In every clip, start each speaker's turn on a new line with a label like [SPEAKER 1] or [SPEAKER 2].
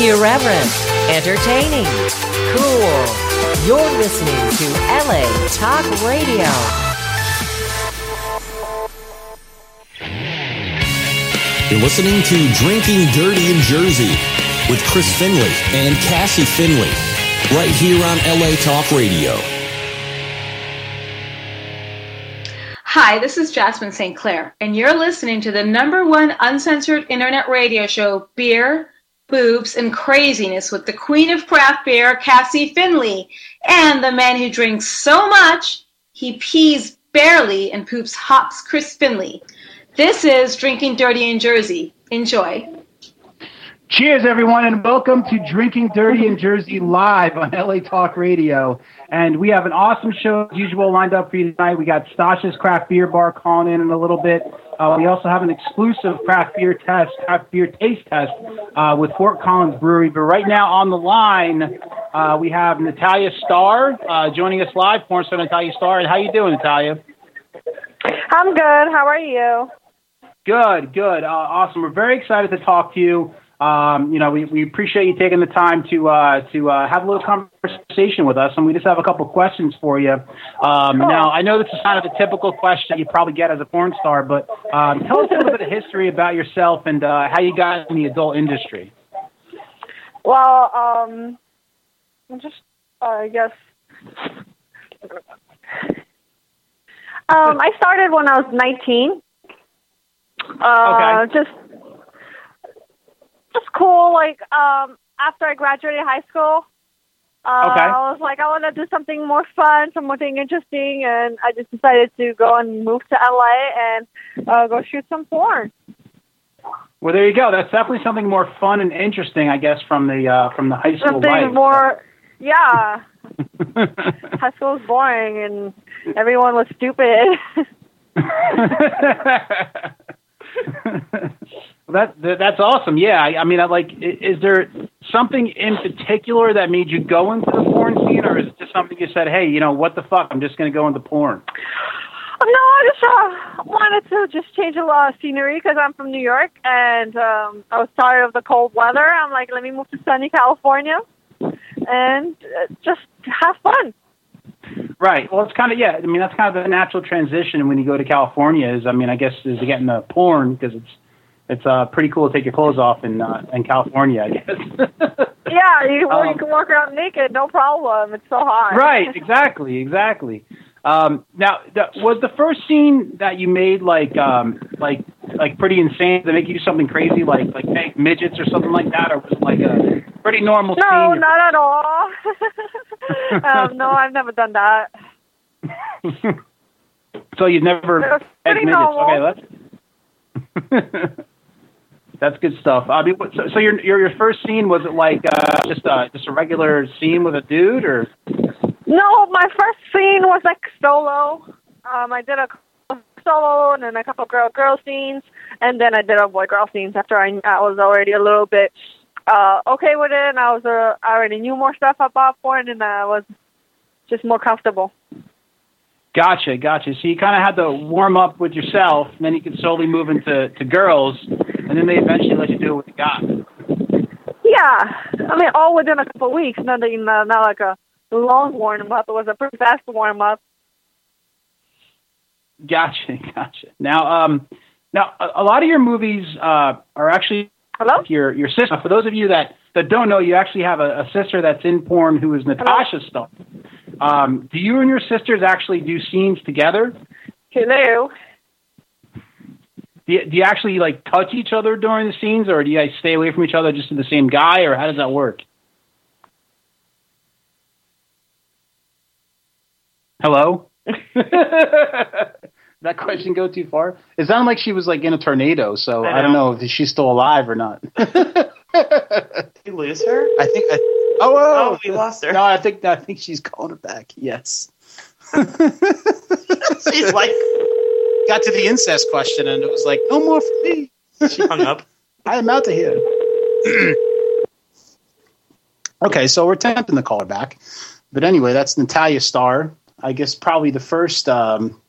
[SPEAKER 1] Irreverent, entertaining, cool. You're listening to LA Talk Radio.
[SPEAKER 2] You're listening to Drinking Dirty in Jersey with Chris Finley and Cassie Finley right here on LA Talk Radio.
[SPEAKER 3] Hi, this is Jasmine St. Clair, and you're listening to the number one uncensored internet radio show, Beer, Boobs, and Craziness, with the queen of craft beer, Cassie Finley, and the man who drinks so much he pees barely and poops hops, Chris Finley. This is Drinking Dirty in Jersey. Enjoy.
[SPEAKER 4] Cheers, everyone, and welcome to Drinking Dirty in Jersey live on LA Talk Radio. And we have an awesome show, as usual, lined up for you tonight. We got Stasha's Craft Beer Bar calling in in a little bit. Uh, we also have an exclusive craft beer test, craft beer taste test uh, with Fort Collins Brewery. But right now on the line, uh, we have Natalia Starr uh, joining us live. Porn star Natalia Starr. And how you doing, Natalia?
[SPEAKER 5] I'm good. How are you?
[SPEAKER 4] Good, good, uh, awesome. We're very excited to talk to you. Um, you know, we, we appreciate you taking the time to uh, to uh, have a little conversation with us, and we just have a couple questions for you. Um, Now, I know this is kind of a typical question you probably get as a porn star, but um, tell us a little bit of history about yourself and uh, how you got in the adult industry.
[SPEAKER 5] Well, um, I'm just, uh, I guess. Um, I started when I was 19. Uh,
[SPEAKER 4] Okay.
[SPEAKER 5] Just, just cool. Like, um, after I graduated high school, uh,
[SPEAKER 4] Okay.
[SPEAKER 5] I was like, I want to do something more fun, something interesting, and I just decided to go and move to LA and uh, go shoot some porn.
[SPEAKER 4] Well, there you go. That's definitely something more fun and interesting, I guess, from the uh, from the high school
[SPEAKER 5] Something
[SPEAKER 4] life.
[SPEAKER 5] more, yeah. high school was boring and everyone was stupid.
[SPEAKER 4] well, that, that that's awesome. Yeah, I, I mean, I like. i- Is there something in particular that made you go into the porn scene, or is it just something you said, "Hey, you know what the fuck? I'm just going to go into porn."
[SPEAKER 5] no, I just uh, wanted to just change a lot of scenery because I'm from New York and um, I was tired of the cold weather. I'm like, let me move to sunny California and uh, just have fun.
[SPEAKER 4] Right. Well, it's kind of yeah. I mean, that's kind of the natural transition when you go to California. Is I mean, I guess is to get into porn because it's it's uh pretty cool to take your clothes off in uh, in California. I guess.
[SPEAKER 5] Yeah, you, well,
[SPEAKER 4] Um,
[SPEAKER 5] you can walk around naked, no problem. It's so hot.
[SPEAKER 4] right exactly exactly um now the, was the first scene that you made like um like like pretty insane to make you do something crazy like like make midgets or something like that or was it like a pretty normal
[SPEAKER 5] No,
[SPEAKER 4] scene
[SPEAKER 5] not at all. um, no, I've never done that.
[SPEAKER 4] so you've never
[SPEAKER 5] It was
[SPEAKER 4] had
[SPEAKER 5] pretty
[SPEAKER 4] midgets
[SPEAKER 5] normal.
[SPEAKER 4] okay that's that's good stuff i mean what- so, so your, your your first scene was it like uh just uh just a regular scene with a dude or
[SPEAKER 5] No, my first scene was like solo. Um, I did a couple solo and then a couple girl girl scenes, and then I did a boy girl scenes after I, I was already a little bit uh, okay with it. And I was uh, I already knew more stuff about porn, and I was just more comfortable.
[SPEAKER 4] Gotcha, gotcha. So you kind of had to warm up with yourself, and then you could slowly move into to girls, and then they eventually let you do it with the guys.
[SPEAKER 5] Yeah, I mean, all within a couple weeks. Not that- not, not like a long warm up. It was a pretty fast warm up.
[SPEAKER 4] Gotcha, gotcha. Now, um, now a, a lot of your movies uh, are actually
[SPEAKER 5] Hello.
[SPEAKER 4] your your sister. For those of you that that don't know, you actually have a, a sister that's in porn who is Natasha Stuff. Um, do you and your sisters actually do scenes together?
[SPEAKER 5] Hello.
[SPEAKER 4] Do you, do you actually like touch each other during the scenes, or do you guys stay away from each other just to the same guy, or how does that work? Hello. that question go too far? It sounded like she was like in a tornado, so I, don't know if she's still alive or not.
[SPEAKER 6] Did we lose her?
[SPEAKER 4] I think. I, oh,
[SPEAKER 6] Oh,
[SPEAKER 4] oh,
[SPEAKER 6] we lost her.
[SPEAKER 4] no, I think I think she's calling it back. Yes.
[SPEAKER 6] She's like,
[SPEAKER 4] Got to the incest question, and it was like, no more for me.
[SPEAKER 6] she hung up.
[SPEAKER 4] I am out of here. okay, so we're tempting the caller back, but anyway, that's Natalia Starr. I guess probably the first um,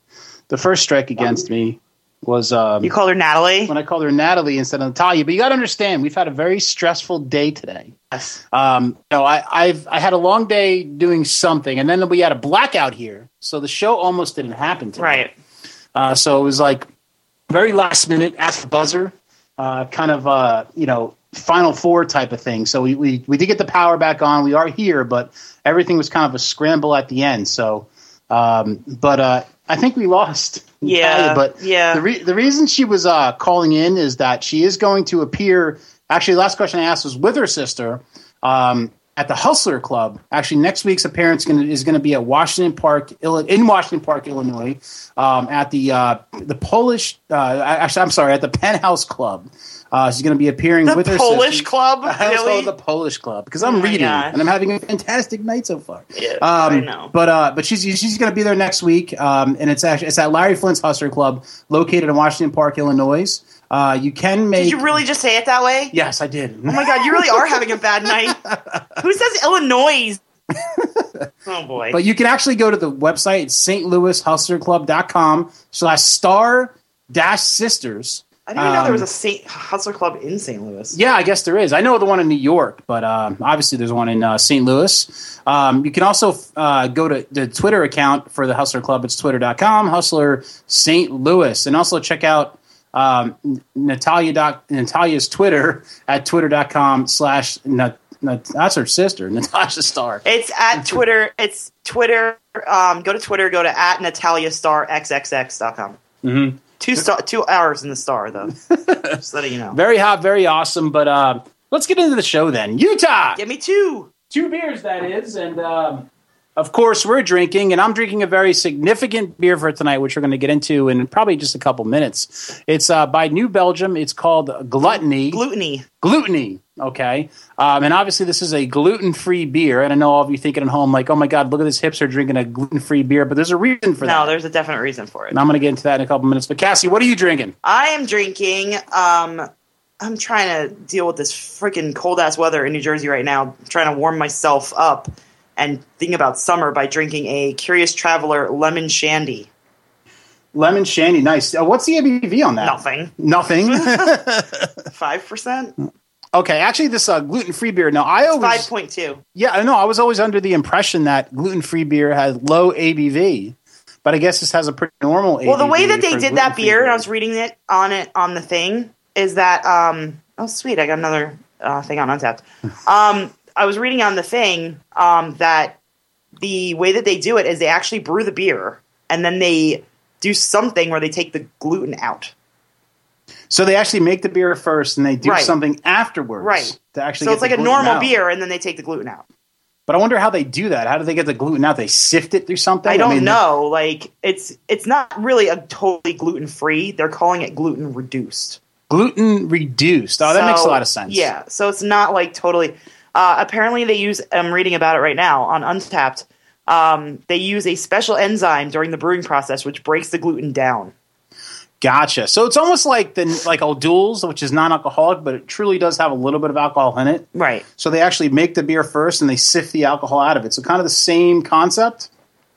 [SPEAKER 4] the first strike against me. was um,
[SPEAKER 6] You call her Natalie?
[SPEAKER 4] when I called her Natalie instead of Natalia. But you got to understand, we've had a very stressful day today.
[SPEAKER 6] Yes.
[SPEAKER 4] Um, you know, I, I've I had a long day doing something, and then we had a blackout here, so the show almost didn't happen. Today.
[SPEAKER 6] Right.
[SPEAKER 4] Uh, so it was like very last minute after the buzzer, uh, kind of uh, you know final four type of thing. So we, we we did get the power back on. We are here, but everything was kind of a scramble at the end. So, um, but uh, I think we lost.
[SPEAKER 6] Yeah.
[SPEAKER 4] but
[SPEAKER 6] yeah.
[SPEAKER 4] the, re- the reason she was uh, calling in is that she is going to appear. Actually, the last question I asked was with her sister um, at the Hustler Club. Actually, next week's appearance gonna, is going to be at Washington Park, Illi- in Washington Park, Illinois, um, at the uh, the Polish. Uh, actually, I'm sorry, at the Penthouse Club. Uh, she's going to be appearing
[SPEAKER 6] the
[SPEAKER 4] with her
[SPEAKER 6] Polish
[SPEAKER 4] sister.
[SPEAKER 6] club?
[SPEAKER 4] I always call
[SPEAKER 6] Really?
[SPEAKER 4] it the Polish Club because
[SPEAKER 6] Oh
[SPEAKER 4] I'm
[SPEAKER 6] my
[SPEAKER 4] reading
[SPEAKER 6] gosh.
[SPEAKER 4] and I'm having a fantastic night so far.
[SPEAKER 6] Yeah,
[SPEAKER 4] um,
[SPEAKER 6] I know.
[SPEAKER 4] But uh, but she's she's going to be there next week, um, and it's actually it's at Larry Flint's Hustler Club located in Washington Park, Illinois. Uh, you can make.
[SPEAKER 6] Did you really just say it that way?
[SPEAKER 4] Yes, I did.
[SPEAKER 6] Oh my god, you really are having a bad night. Who says Illinois? oh boy.
[SPEAKER 4] But you can actually go to the website it's stlouishustlerclub.com slash star dash sisters.
[SPEAKER 6] I didn't even know there was a
[SPEAKER 4] um,
[SPEAKER 6] Saint Hustler Club in St. Louis.
[SPEAKER 4] Yeah, I guess there is. I know the one in New York, but um, obviously there's one in uh, St. Louis. Um, you can also f- uh, go to the Twitter account for the Hustler Club. It's twitter.com, Hustler St. Louis. And also check out um, N- Natalia doc- Natalia's Twitter at twitter.com slash Nat- Nat- that's her sister, Natasha Star.
[SPEAKER 6] It's at Twitter. It's Twitter. Um, go to Twitter. Go to at Natalia Star XXX.com.
[SPEAKER 4] Mhm.
[SPEAKER 6] Two star, two hours in the star though. Just letting you know.
[SPEAKER 4] Very hot, very awesome. But uh, let's get into the show then. Utah!
[SPEAKER 6] Give me two.
[SPEAKER 4] two beers that is and um, of course we're drinking and i'm drinking a very significant beer for tonight which we're going to get into in probably just a couple minutes it's uh, by new belgium it's called gluttony
[SPEAKER 6] Gluteny.
[SPEAKER 4] gluttony okay um, and obviously this is a gluten-free beer and i know all of you thinking at home like oh my god look at this hipster drinking a gluten-free beer but there's a reason for
[SPEAKER 6] No,
[SPEAKER 4] that
[SPEAKER 6] there's a definite reason for it.
[SPEAKER 4] and i'm going to get into that in a couple minutes but cassie what are you drinking
[SPEAKER 6] I am drinking. Um, I'm trying to deal with this freaking cold ass weather in New Jersey right now. I'm trying to warm myself up and think about summer by drinking a Curious Traveler lemon shandy.
[SPEAKER 4] lemon shandy nice uh, what's the abv on that
[SPEAKER 6] Nothing.
[SPEAKER 4] nothing
[SPEAKER 6] Five percent.
[SPEAKER 4] okay actually this uh, gluten-free beer now i always
[SPEAKER 6] Five point two.
[SPEAKER 4] Yeah, I know. I was always under the impression that gluten free beer has low ABV, but I guess this has a pretty normal ABV.
[SPEAKER 6] Well, the way that they
[SPEAKER 4] for
[SPEAKER 6] did that
[SPEAKER 4] gluten-free
[SPEAKER 6] beer, and I was reading it on it on the thing, is that um oh sweet, I got another uh, thing on Untapped. Um, I was reading on the thing um that the way that they do it is they actually brew the beer and then they do something where they take the gluten out.
[SPEAKER 4] so they actually make the beer first, and they do
[SPEAKER 6] Right.
[SPEAKER 4] something afterwards,
[SPEAKER 6] Right.
[SPEAKER 4] To actually,
[SPEAKER 6] So
[SPEAKER 4] get
[SPEAKER 6] it's
[SPEAKER 4] the
[SPEAKER 6] like a
[SPEAKER 4] gluten
[SPEAKER 6] normal
[SPEAKER 4] out.
[SPEAKER 6] beer, and then they take the gluten out.
[SPEAKER 4] But I wonder how they do that. How do they get the gluten out? They sift it through something.
[SPEAKER 6] I don't
[SPEAKER 4] mean,
[SPEAKER 6] know. Like it's it's not really a totally gluten free. They're calling it gluten reduced.
[SPEAKER 4] Gluten reduced. Oh, that makes a
[SPEAKER 6] So,
[SPEAKER 4] lot of sense.
[SPEAKER 6] Yeah, so it's not like totally. Uh, apparently, they use. I'm reading about it right now on Untapped. Um, they use a special enzyme during the brewing process, which breaks the gluten down.
[SPEAKER 4] Gotcha. So it's almost like the like O'Doul's, which is non-alcoholic, but it truly does have a little bit of alcohol in it.
[SPEAKER 6] Right.
[SPEAKER 4] So they actually make the beer first, and they sift the alcohol out of it. So kind of the same concept.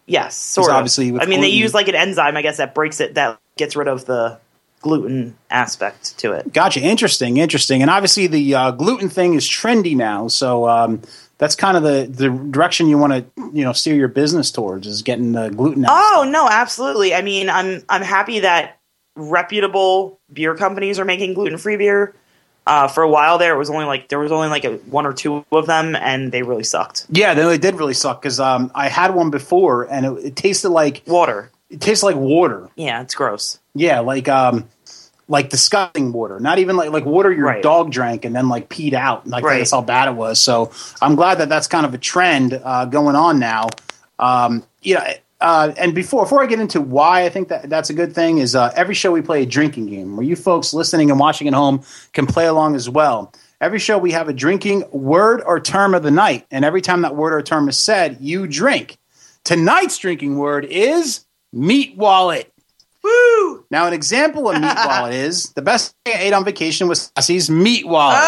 [SPEAKER 6] Yes. Sort of.
[SPEAKER 4] obviously with
[SPEAKER 6] I mean, they
[SPEAKER 4] gluten-
[SPEAKER 6] use like an enzyme, I guess, that breaks it, that gets rid of the gluten aspect to it.
[SPEAKER 4] Gotcha. Interesting. Interesting. And obviously, the uh, gluten thing is trendy now, so um, that's kind of the, the direction you want to you know steer your business towards is getting the gluten. out.
[SPEAKER 6] Oh no, absolutely. I mean, I'm I'm happy that reputable beer companies are making gluten free beer. Uh, for a while there, it was only like there was only like a, one or two of them, and they really sucked.
[SPEAKER 4] Yeah, they they did really suck because um, I had one before and it, it tasted like
[SPEAKER 6] Water.
[SPEAKER 4] it tasted like water.
[SPEAKER 6] Yeah, it's gross.
[SPEAKER 4] Yeah, like um, like disgusting water. Not even like like water your
[SPEAKER 6] Right.
[SPEAKER 4] dog drank and then like peed out. Like
[SPEAKER 6] Right.
[SPEAKER 4] that's how bad it was. So I'm glad that that's kind of a trend uh, going on now. Um, you know, uh, and before before I get into why I think that that's a good thing is uh, every show we play a drinking game where you folks listening and watching at home can play along as well. Every show we have a drinking word or term of the night, and every time that word or term is said, you drink. Tonight's drinking word is meat wallet.
[SPEAKER 6] Woo!
[SPEAKER 4] Now, an example of meat wallet is the best thing I ate on vacation was Cassie's meat wallet.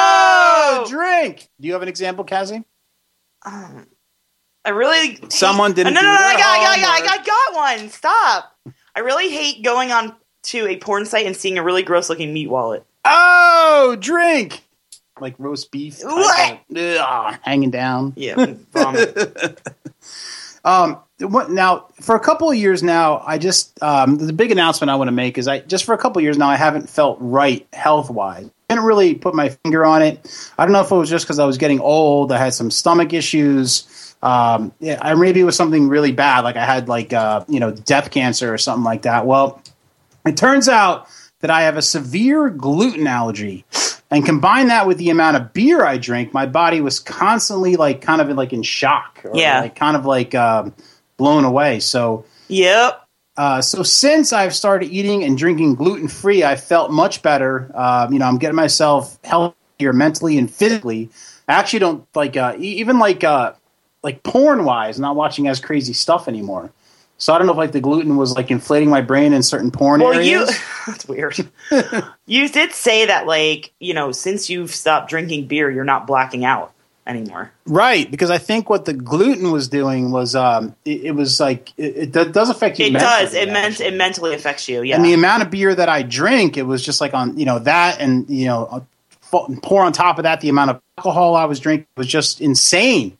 [SPEAKER 6] Oh!
[SPEAKER 4] drink. Do you have an example, Cassie?
[SPEAKER 6] Um, I really Oh,
[SPEAKER 4] Someone didn't
[SPEAKER 6] Uh, No, no,
[SPEAKER 4] do
[SPEAKER 6] no!
[SPEAKER 4] their
[SPEAKER 6] I got, I got, I got, I
[SPEAKER 4] homework.
[SPEAKER 6] got, got one. Stop! I really hate going on to a porn site and seeing a really gross looking meat wallet.
[SPEAKER 4] Oh, drink! Like roast beef. type
[SPEAKER 6] What?
[SPEAKER 4] of- Ugh, hanging down.
[SPEAKER 6] Yeah, vomit.
[SPEAKER 4] Um, what, now, for a couple of years now, I just um, the big announcement I want to make is I just for a couple of years now I haven't felt right health wise. Didn't really put my finger on it. I don't know if it was just because I was getting old. I had some stomach issues. Um, yeah, I, maybe it was something really bad, like I had like uh, you know depth cancer or something like that. Well, it turns out that I have a severe gluten allergy. And combine that with the amount of beer I drink, my body was constantly like kind of like in shock or
[SPEAKER 6] Yeah.
[SPEAKER 4] like kind of like um, blown away. So
[SPEAKER 6] yep.
[SPEAKER 4] uh, so since I've started eating and drinking gluten free, I felt much better. Uh, you know, I'm getting myself healthier mentally and physically. I actually don't like uh, e- even like uh, like porn wise, not watching as crazy stuff anymore. So I don't know if like the gluten was like inflating my brain in certain porn
[SPEAKER 6] Well, you.
[SPEAKER 4] areas.
[SPEAKER 6] That's weird. you did say that, like, you know, since you've stopped drinking beer, you're not blacking out anymore.
[SPEAKER 4] right? Because I think what the gluten was doing was um, it, it was like it, it do- does affect you.
[SPEAKER 6] It
[SPEAKER 4] mentally,
[SPEAKER 6] does. It, ment-
[SPEAKER 4] actually.
[SPEAKER 6] it mentally affects you. Yeah.
[SPEAKER 4] and the amount of beer that I drink, it was just like on you know that, and you know uh, fo- pour on top of that the amount of alcohol I was drinking was just insane.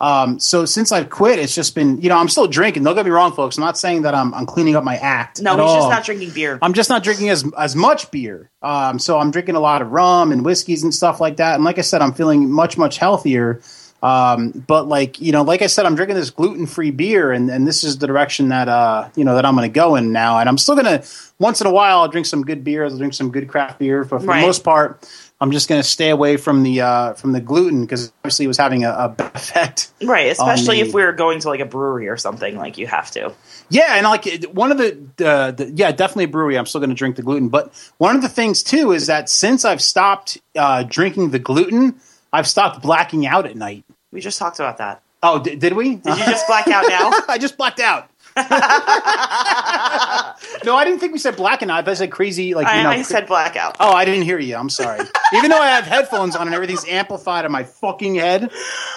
[SPEAKER 4] Um, so since I've quit, it's just been you know I'm still drinking. Don't get me wrong, folks. I'm not saying that I'm I'm cleaning up my act.
[SPEAKER 6] no,
[SPEAKER 4] at
[SPEAKER 6] he's
[SPEAKER 4] all.
[SPEAKER 6] just not drinking beer.
[SPEAKER 4] I'm just not drinking as as much beer. Um, so I'm drinking a lot of rum and whiskeys and stuff like that. And like I said, I'm feeling much much healthier. Um, but like you know, like I said, I'm drinking this gluten free beer, and and this is the direction that uh you know that I'm going to go in now. And I'm still going to once in a while I'll drink some good beer, I'll drink some good craft beer, but for
[SPEAKER 6] Right.
[SPEAKER 4] the most part. I'm just going to stay away from the uh, from the gluten because obviously it was having a, a bad effect
[SPEAKER 6] right. Especially
[SPEAKER 4] me.
[SPEAKER 6] if we were going to, like, a brewery or something. Like, you have to.
[SPEAKER 4] Yeah, and like it- one of the, the, the yeah, definitely a brewery. I'm still going to drink the gluten, but one of the things too is that since I've stopped uh, drinking the gluten, I've stopped blacking out at night.
[SPEAKER 6] We just talked about that.
[SPEAKER 4] Oh, di- did we?
[SPEAKER 6] Did you just black out now?
[SPEAKER 4] I just blacked out. no, I didn't think we said blacking out. I said crazy, like you
[SPEAKER 6] I,
[SPEAKER 4] know.
[SPEAKER 6] I said blackout.
[SPEAKER 4] oh, I didn't hear you. I'm sorry. Even though I have headphones on and everything's amplified in my fucking head.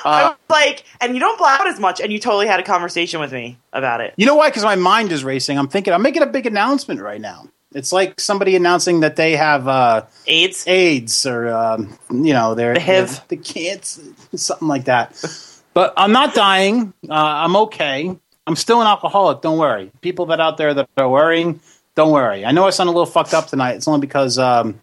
[SPEAKER 6] I
[SPEAKER 4] Uh,
[SPEAKER 6] was like, and you don't black out as much, and you totally had a conversation with me about it.
[SPEAKER 4] You know why? Because my mind is racing. I'm thinking I'm making a big announcement right now. It's like somebody announcing that they have uh,
[SPEAKER 6] AIDS?
[SPEAKER 4] AIDS or um, you know they're
[SPEAKER 6] The HIV.
[SPEAKER 4] the cancer, something like that. But I'm not dying. Uh, I'm okay. I'm still an alcoholic. Don't worry, people that out there that are worrying, don't worry. I know I sound a little fucked up tonight. It's only because um,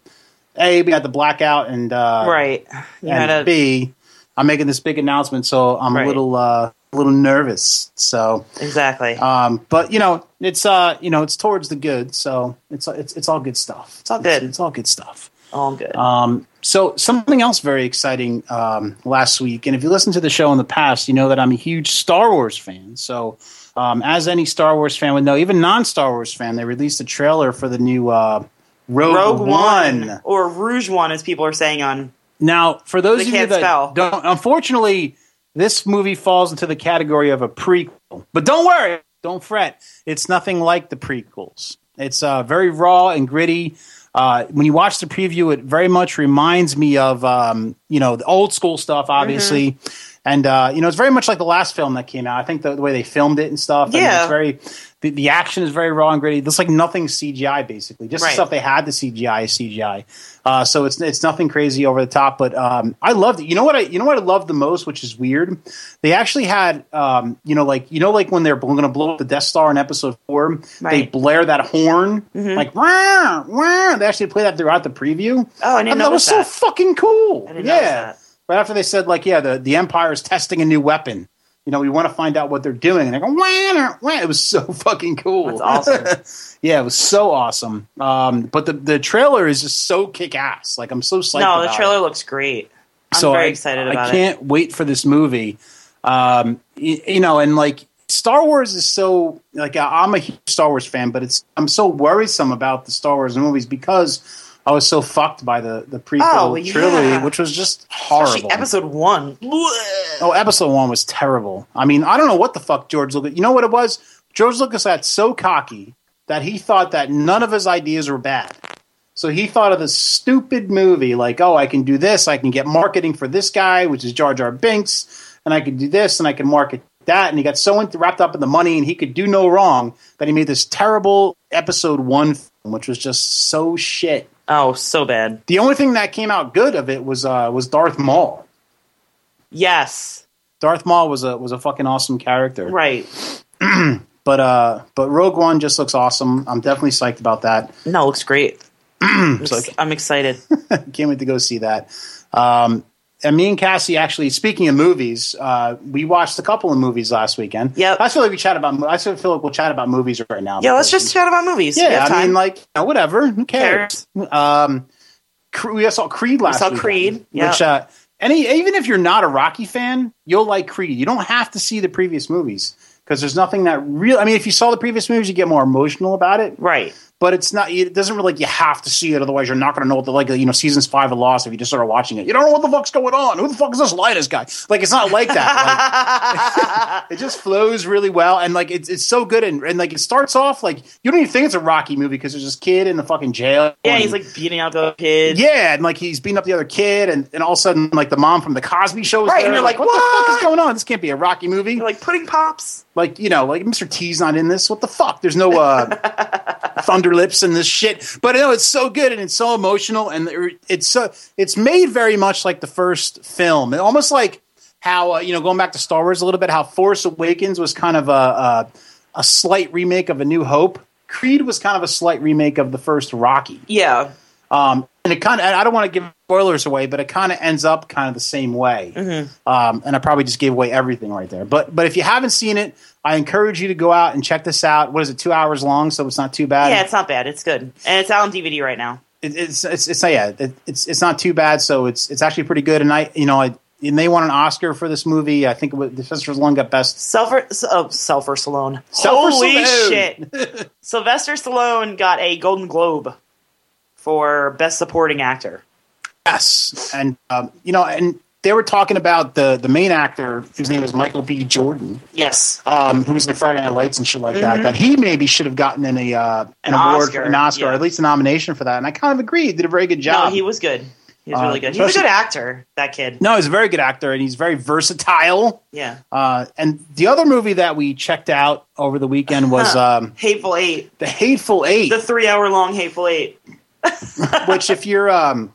[SPEAKER 4] a we got the blackout and uh,
[SPEAKER 6] right. You
[SPEAKER 4] and
[SPEAKER 6] had a,
[SPEAKER 4] b I'm making this big announcement, so I'm
[SPEAKER 6] Right.
[SPEAKER 4] a little uh, a little nervous. So.
[SPEAKER 6] exactly.
[SPEAKER 4] Um, but you know, it's uh, you know, it's towards the good, so it's it's it's all good stuff. It's
[SPEAKER 6] all good.
[SPEAKER 4] It's, all good stuff.
[SPEAKER 6] All good.
[SPEAKER 4] Um, so something else very exciting um, last week, and if you listen to the show in the past, you know that I'm a huge Star Wars fan. So, um, as any Star Wars fan would know, even non-Star Wars fan, they released a trailer for the new uh, Rogue,
[SPEAKER 6] Rogue One.
[SPEAKER 4] One.
[SPEAKER 6] or Rouge One, as people are saying on.
[SPEAKER 4] Now, for those
[SPEAKER 6] They
[SPEAKER 4] of you
[SPEAKER 6] can't
[SPEAKER 4] that
[SPEAKER 6] spell.
[SPEAKER 4] don't, unfortunately, this movie falls into the category of a prequel. But don't worry, don't fret. It's nothing like the prequels. It's uh, very raw and gritty. Uh, when you watch the preview, it very much reminds me of um, you know the old school stuff,
[SPEAKER 6] Mm-hmm.
[SPEAKER 4] obviously, and uh, you know it's very much like the last film that came out. I think the, the way they filmed it and stuff, I mean,
[SPEAKER 6] Yeah.
[SPEAKER 4] it's very the, the action is very raw and gritty. There's like nothing CGI basically. Just
[SPEAKER 6] Right.
[SPEAKER 4] the stuff they had the CGI is CGI. Uh, so it's it's nothing crazy over the top. But um, I loved it. You know what I you know what I loved the most, which is weird. They actually had um, you know like you know like when they're going to blow up the Death Star in Episode Four, they
[SPEAKER 6] Right. Mm-hmm.
[SPEAKER 4] blare that horn like wow wow. They actually play that throughout the preview.
[SPEAKER 6] Oh, I didn't
[SPEAKER 4] And that was
[SPEAKER 6] notice
[SPEAKER 4] so
[SPEAKER 6] that.
[SPEAKER 4] fucking cool.
[SPEAKER 6] I didn't
[SPEAKER 4] yeah.
[SPEAKER 6] notice that.
[SPEAKER 4] Right after they said, like, yeah, the, the Empire is testing a new weapon. You know, we want to find out what they're doing. And they're going, wah, wah. It was so fucking cool.
[SPEAKER 6] That's awesome.
[SPEAKER 4] yeah, it was so awesome. Um, but the, the trailer is just so kick ass. Like, I'm so psyched.
[SPEAKER 6] no, the
[SPEAKER 4] about
[SPEAKER 6] trailer
[SPEAKER 4] it.
[SPEAKER 6] looks great. I'm
[SPEAKER 4] so
[SPEAKER 6] very
[SPEAKER 4] I,
[SPEAKER 6] excited
[SPEAKER 4] I
[SPEAKER 6] about it.
[SPEAKER 4] can't wait for this movie. Um, y- you know, and like, Star Wars is so like I- I'm a huge Star Wars fan, but it's I'm so worrisome about the Star Wars movies because I was so fucked by the the prequel
[SPEAKER 6] Oh, yeah.
[SPEAKER 4] trilogy, which was just horrible.
[SPEAKER 6] Especially episode one. Blech.
[SPEAKER 4] Oh, episode one was terrible. I mean, I don't know what the fuck George Lucas. You know what it was? George Lucas got so cocky that he thought that none of his ideas were bad. So he thought of this stupid movie like, oh, I can do this. I can get marketing for this guy, which is Jar Jar Binks, and I can do this, and I can market that. And he got so in- wrapped up in the money, and he could do no wrong that he made this terrible episode one which was just so shit.
[SPEAKER 6] Oh, so bad.
[SPEAKER 4] The only thing that came out good of it was uh, was Darth Maul.
[SPEAKER 6] Yes.
[SPEAKER 4] Darth Maul was a was a fucking awesome character.
[SPEAKER 6] Right.
[SPEAKER 4] But uh, but Rogue One just looks awesome. I'm definitely psyched about that.
[SPEAKER 6] No, it looks great. I'm,
[SPEAKER 4] It's like-
[SPEAKER 6] ex- I'm excited.
[SPEAKER 4] Can't wait to go see that. Um, and me and Cassie actually, speaking of movies, uh, we watched a couple of movies last weekend.
[SPEAKER 6] Yep.
[SPEAKER 4] I feel like we chat about. mo- I still feel like we'll chat about movies right now.
[SPEAKER 6] yeah, let's
[SPEAKER 4] because-
[SPEAKER 6] just chat about movies. We
[SPEAKER 4] Yeah,
[SPEAKER 6] have
[SPEAKER 4] I mean,
[SPEAKER 6] time.
[SPEAKER 4] like you know, whatever. Who cares? Um, Cre- we saw Creed last.
[SPEAKER 6] saw
[SPEAKER 4] weekend,
[SPEAKER 6] Creed, yeah.
[SPEAKER 4] Which, uh, any even if you're not a Rocky fan, you'll like Creed. You don't have to see the previous movies because there's nothing that real. I mean, if you saw the previous movies, you get more emotional about it.
[SPEAKER 6] right.
[SPEAKER 4] But it's not. It doesn't really. You have to see it, otherwise you're not going to know what the like. You know, seasons five of Lost. If you just start watching it, you don't know what the fuck's going on. Who the fuck is this lightest guy? Like, it's not like that. Like, it just flows really well and like it's, it's so good and, and like it starts off like you don't even think it's a rocky movie because there's this kid in the fucking jail
[SPEAKER 6] yeah,
[SPEAKER 4] and-
[SPEAKER 6] he's like beating out the kids.
[SPEAKER 4] yeah and like he's beating up the other kid and, and all of a sudden like the mom from the cosby show is
[SPEAKER 6] Right, and
[SPEAKER 4] there,
[SPEAKER 6] you're like,
[SPEAKER 4] what, the fuck
[SPEAKER 6] "What?"
[SPEAKER 4] is going on this can't be a rocky movie
[SPEAKER 6] You're like pudding pops.
[SPEAKER 4] like you know like mr t's not in this what the fuck there's no uh thunder lips in this shit but no it's so good and it's so emotional and it- it's so it's made very much like the first film and almost like how uh, you know going back to star wars a little bit how force awakens was kind of a, a a slight remake of a new hope creed was kind of a slight remake of the first rocky
[SPEAKER 6] Yeah.
[SPEAKER 4] um, and it kind of, I don't want to give spoilers away, but it kind of ends up kind of the same way.
[SPEAKER 6] Mm-hmm.
[SPEAKER 4] Um, and I probably just gave away everything right there. But but if you haven't seen it, I encourage you to go out and check this out. What is it? Two hours long, so it's not too bad.
[SPEAKER 6] Yeah, it's not bad. It's good. And it's out on DVD right now.
[SPEAKER 4] It- it's it's it's yeah, it, it's it's not too bad. So it's it's actually pretty good. And I you know I and they won an Oscar for this movie. I think it was, the Sisters Long got best.
[SPEAKER 6] Selfer, oh, Selfer Stallone.
[SPEAKER 4] Selfer
[SPEAKER 6] Holy
[SPEAKER 4] Stallone.
[SPEAKER 6] shit. Sylvester Stallone got a Golden Globe for Best Supporting Actor.
[SPEAKER 4] Yes, and um, you know and they were talking about the the main actor whose name is Michael B. Jordan.
[SPEAKER 6] Yes.
[SPEAKER 4] um, who's in Friday Night Lights and shit like that, that he maybe should have gotten an, a, uh, an,
[SPEAKER 6] Mm-hmm. An
[SPEAKER 4] award,
[SPEAKER 6] Oscar,
[SPEAKER 4] an Oscar,
[SPEAKER 6] yeah.
[SPEAKER 4] or at least a nomination for that. And I kind of agree. He did a very good
[SPEAKER 6] No,
[SPEAKER 4] job.
[SPEAKER 6] he was good. He was
[SPEAKER 4] Uh,
[SPEAKER 6] really good. He's a
[SPEAKER 4] especially-
[SPEAKER 6] good actor, that kid.
[SPEAKER 4] No, he's a very good actor, and he's very versatile.
[SPEAKER 6] Yeah.
[SPEAKER 4] Uh, and the other movie that we checked out over the weekend was um,
[SPEAKER 6] Hateful Eight.
[SPEAKER 4] The Hateful Eight,
[SPEAKER 6] The three hour long Hateful Eight.
[SPEAKER 4] which if you're um,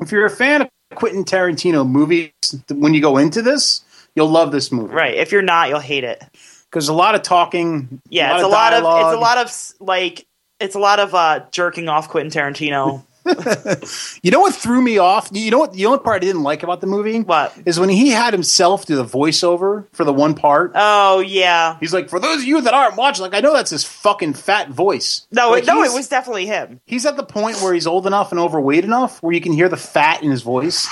[SPEAKER 4] if you're a fan of Quentin Tarantino movies, when you go into this, you'll love this movie
[SPEAKER 6] Right. If you're not, you'll hate it.
[SPEAKER 4] because a lot of talking,
[SPEAKER 6] Yeah, it's a
[SPEAKER 4] of
[SPEAKER 6] lot of,
[SPEAKER 4] dialogue.
[SPEAKER 6] it's a lot of s- like it's a lot of uh jerking off Quentin Tarantino.
[SPEAKER 4] You know what threw me off? You know what? The only part I didn't like about the movie
[SPEAKER 6] What?
[SPEAKER 4] is when he had himself do the voiceover for the one part.
[SPEAKER 6] oh yeah.
[SPEAKER 4] he's like, for those of you that aren't watching, like I know that's his fucking fat voice.
[SPEAKER 6] No,
[SPEAKER 4] Like,
[SPEAKER 6] it, no,
[SPEAKER 4] he's-
[SPEAKER 6] it was definitely him.
[SPEAKER 4] He's at the point where he's old enough and overweight enough where you can hear the fat in his voice.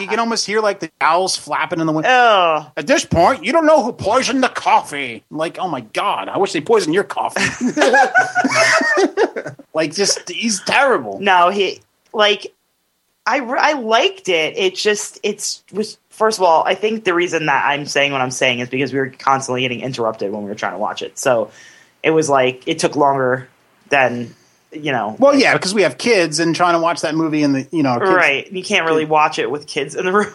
[SPEAKER 4] you can almost hear like the owls flapping in the wind.
[SPEAKER 6] Oh,
[SPEAKER 4] At this point, you don't know who poisoned the coffee. Like, oh my god, I wish they poisoned your coffee. like, just he's terrible.
[SPEAKER 6] no, he like I re- I liked it. It just it's was first of all, I think the reason that I'm saying what I'm saying is because we were constantly getting interrupted when we were trying to watch it. So it was like it took longer than you know.
[SPEAKER 4] Well, yeah, because we have kids and trying to watch that movie in the you know kids-
[SPEAKER 6] right. You can't really watch it with kids in the room.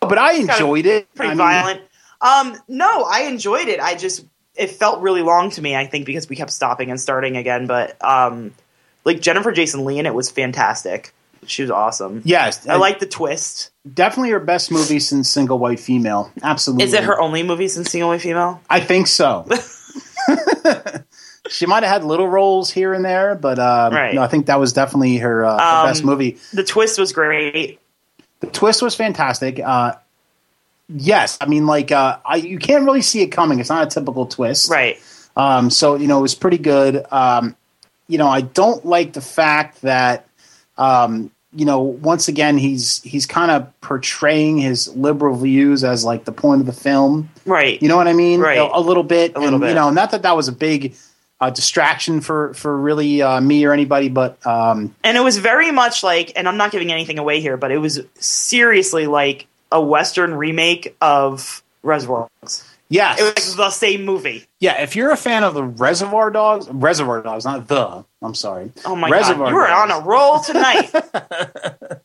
[SPEAKER 4] But I
[SPEAKER 6] kind of
[SPEAKER 4] enjoyed it.
[SPEAKER 6] pretty
[SPEAKER 4] I mean,
[SPEAKER 6] violent. Um, no, I enjoyed it. I just it felt really long to me. I think because we kept stopping and starting again. But um, like Jennifer Jason Lee in it was fantastic. She was awesome.
[SPEAKER 4] Yes,
[SPEAKER 6] I like the twist.
[SPEAKER 4] definitely her best movie since Single White Female. Absolutely.
[SPEAKER 6] Is it her only movie since Single Way Female?
[SPEAKER 4] I think so. she might have had little roles here and there, but um,
[SPEAKER 6] Right.
[SPEAKER 4] no, I think that was definitely her, uh, her
[SPEAKER 6] Um,
[SPEAKER 4] best movie.
[SPEAKER 6] The twist was great.
[SPEAKER 4] The twist was fantastic. Uh, yes, I mean, like uh, I, you can't really see it coming. It's not a typical twist,
[SPEAKER 6] Right.
[SPEAKER 4] Um, so you know, it was pretty good. Um, you know, I don't like the fact that um, you know once again he's he's kind of portraying his liberal views as like the point of the film.
[SPEAKER 6] Right.
[SPEAKER 4] You know what I mean?
[SPEAKER 6] Right.
[SPEAKER 4] A, a little bit.
[SPEAKER 6] A little
[SPEAKER 4] and, You
[SPEAKER 6] bit.
[SPEAKER 4] know, not that that was a big uh, distraction for for really uh, me or anybody, but um,
[SPEAKER 6] and it was very much like and i'm not giving anything away here but it was seriously like a western remake of reservoir dogs
[SPEAKER 4] yes,
[SPEAKER 6] it was like the same movie
[SPEAKER 4] yeah. If you're a fan of the Reservoir Dogs, Reservoir Dogs, not the. I'm sorry.
[SPEAKER 6] oh my
[SPEAKER 4] Reservoir
[SPEAKER 6] god you were
[SPEAKER 4] Dogs.
[SPEAKER 6] on a roll tonight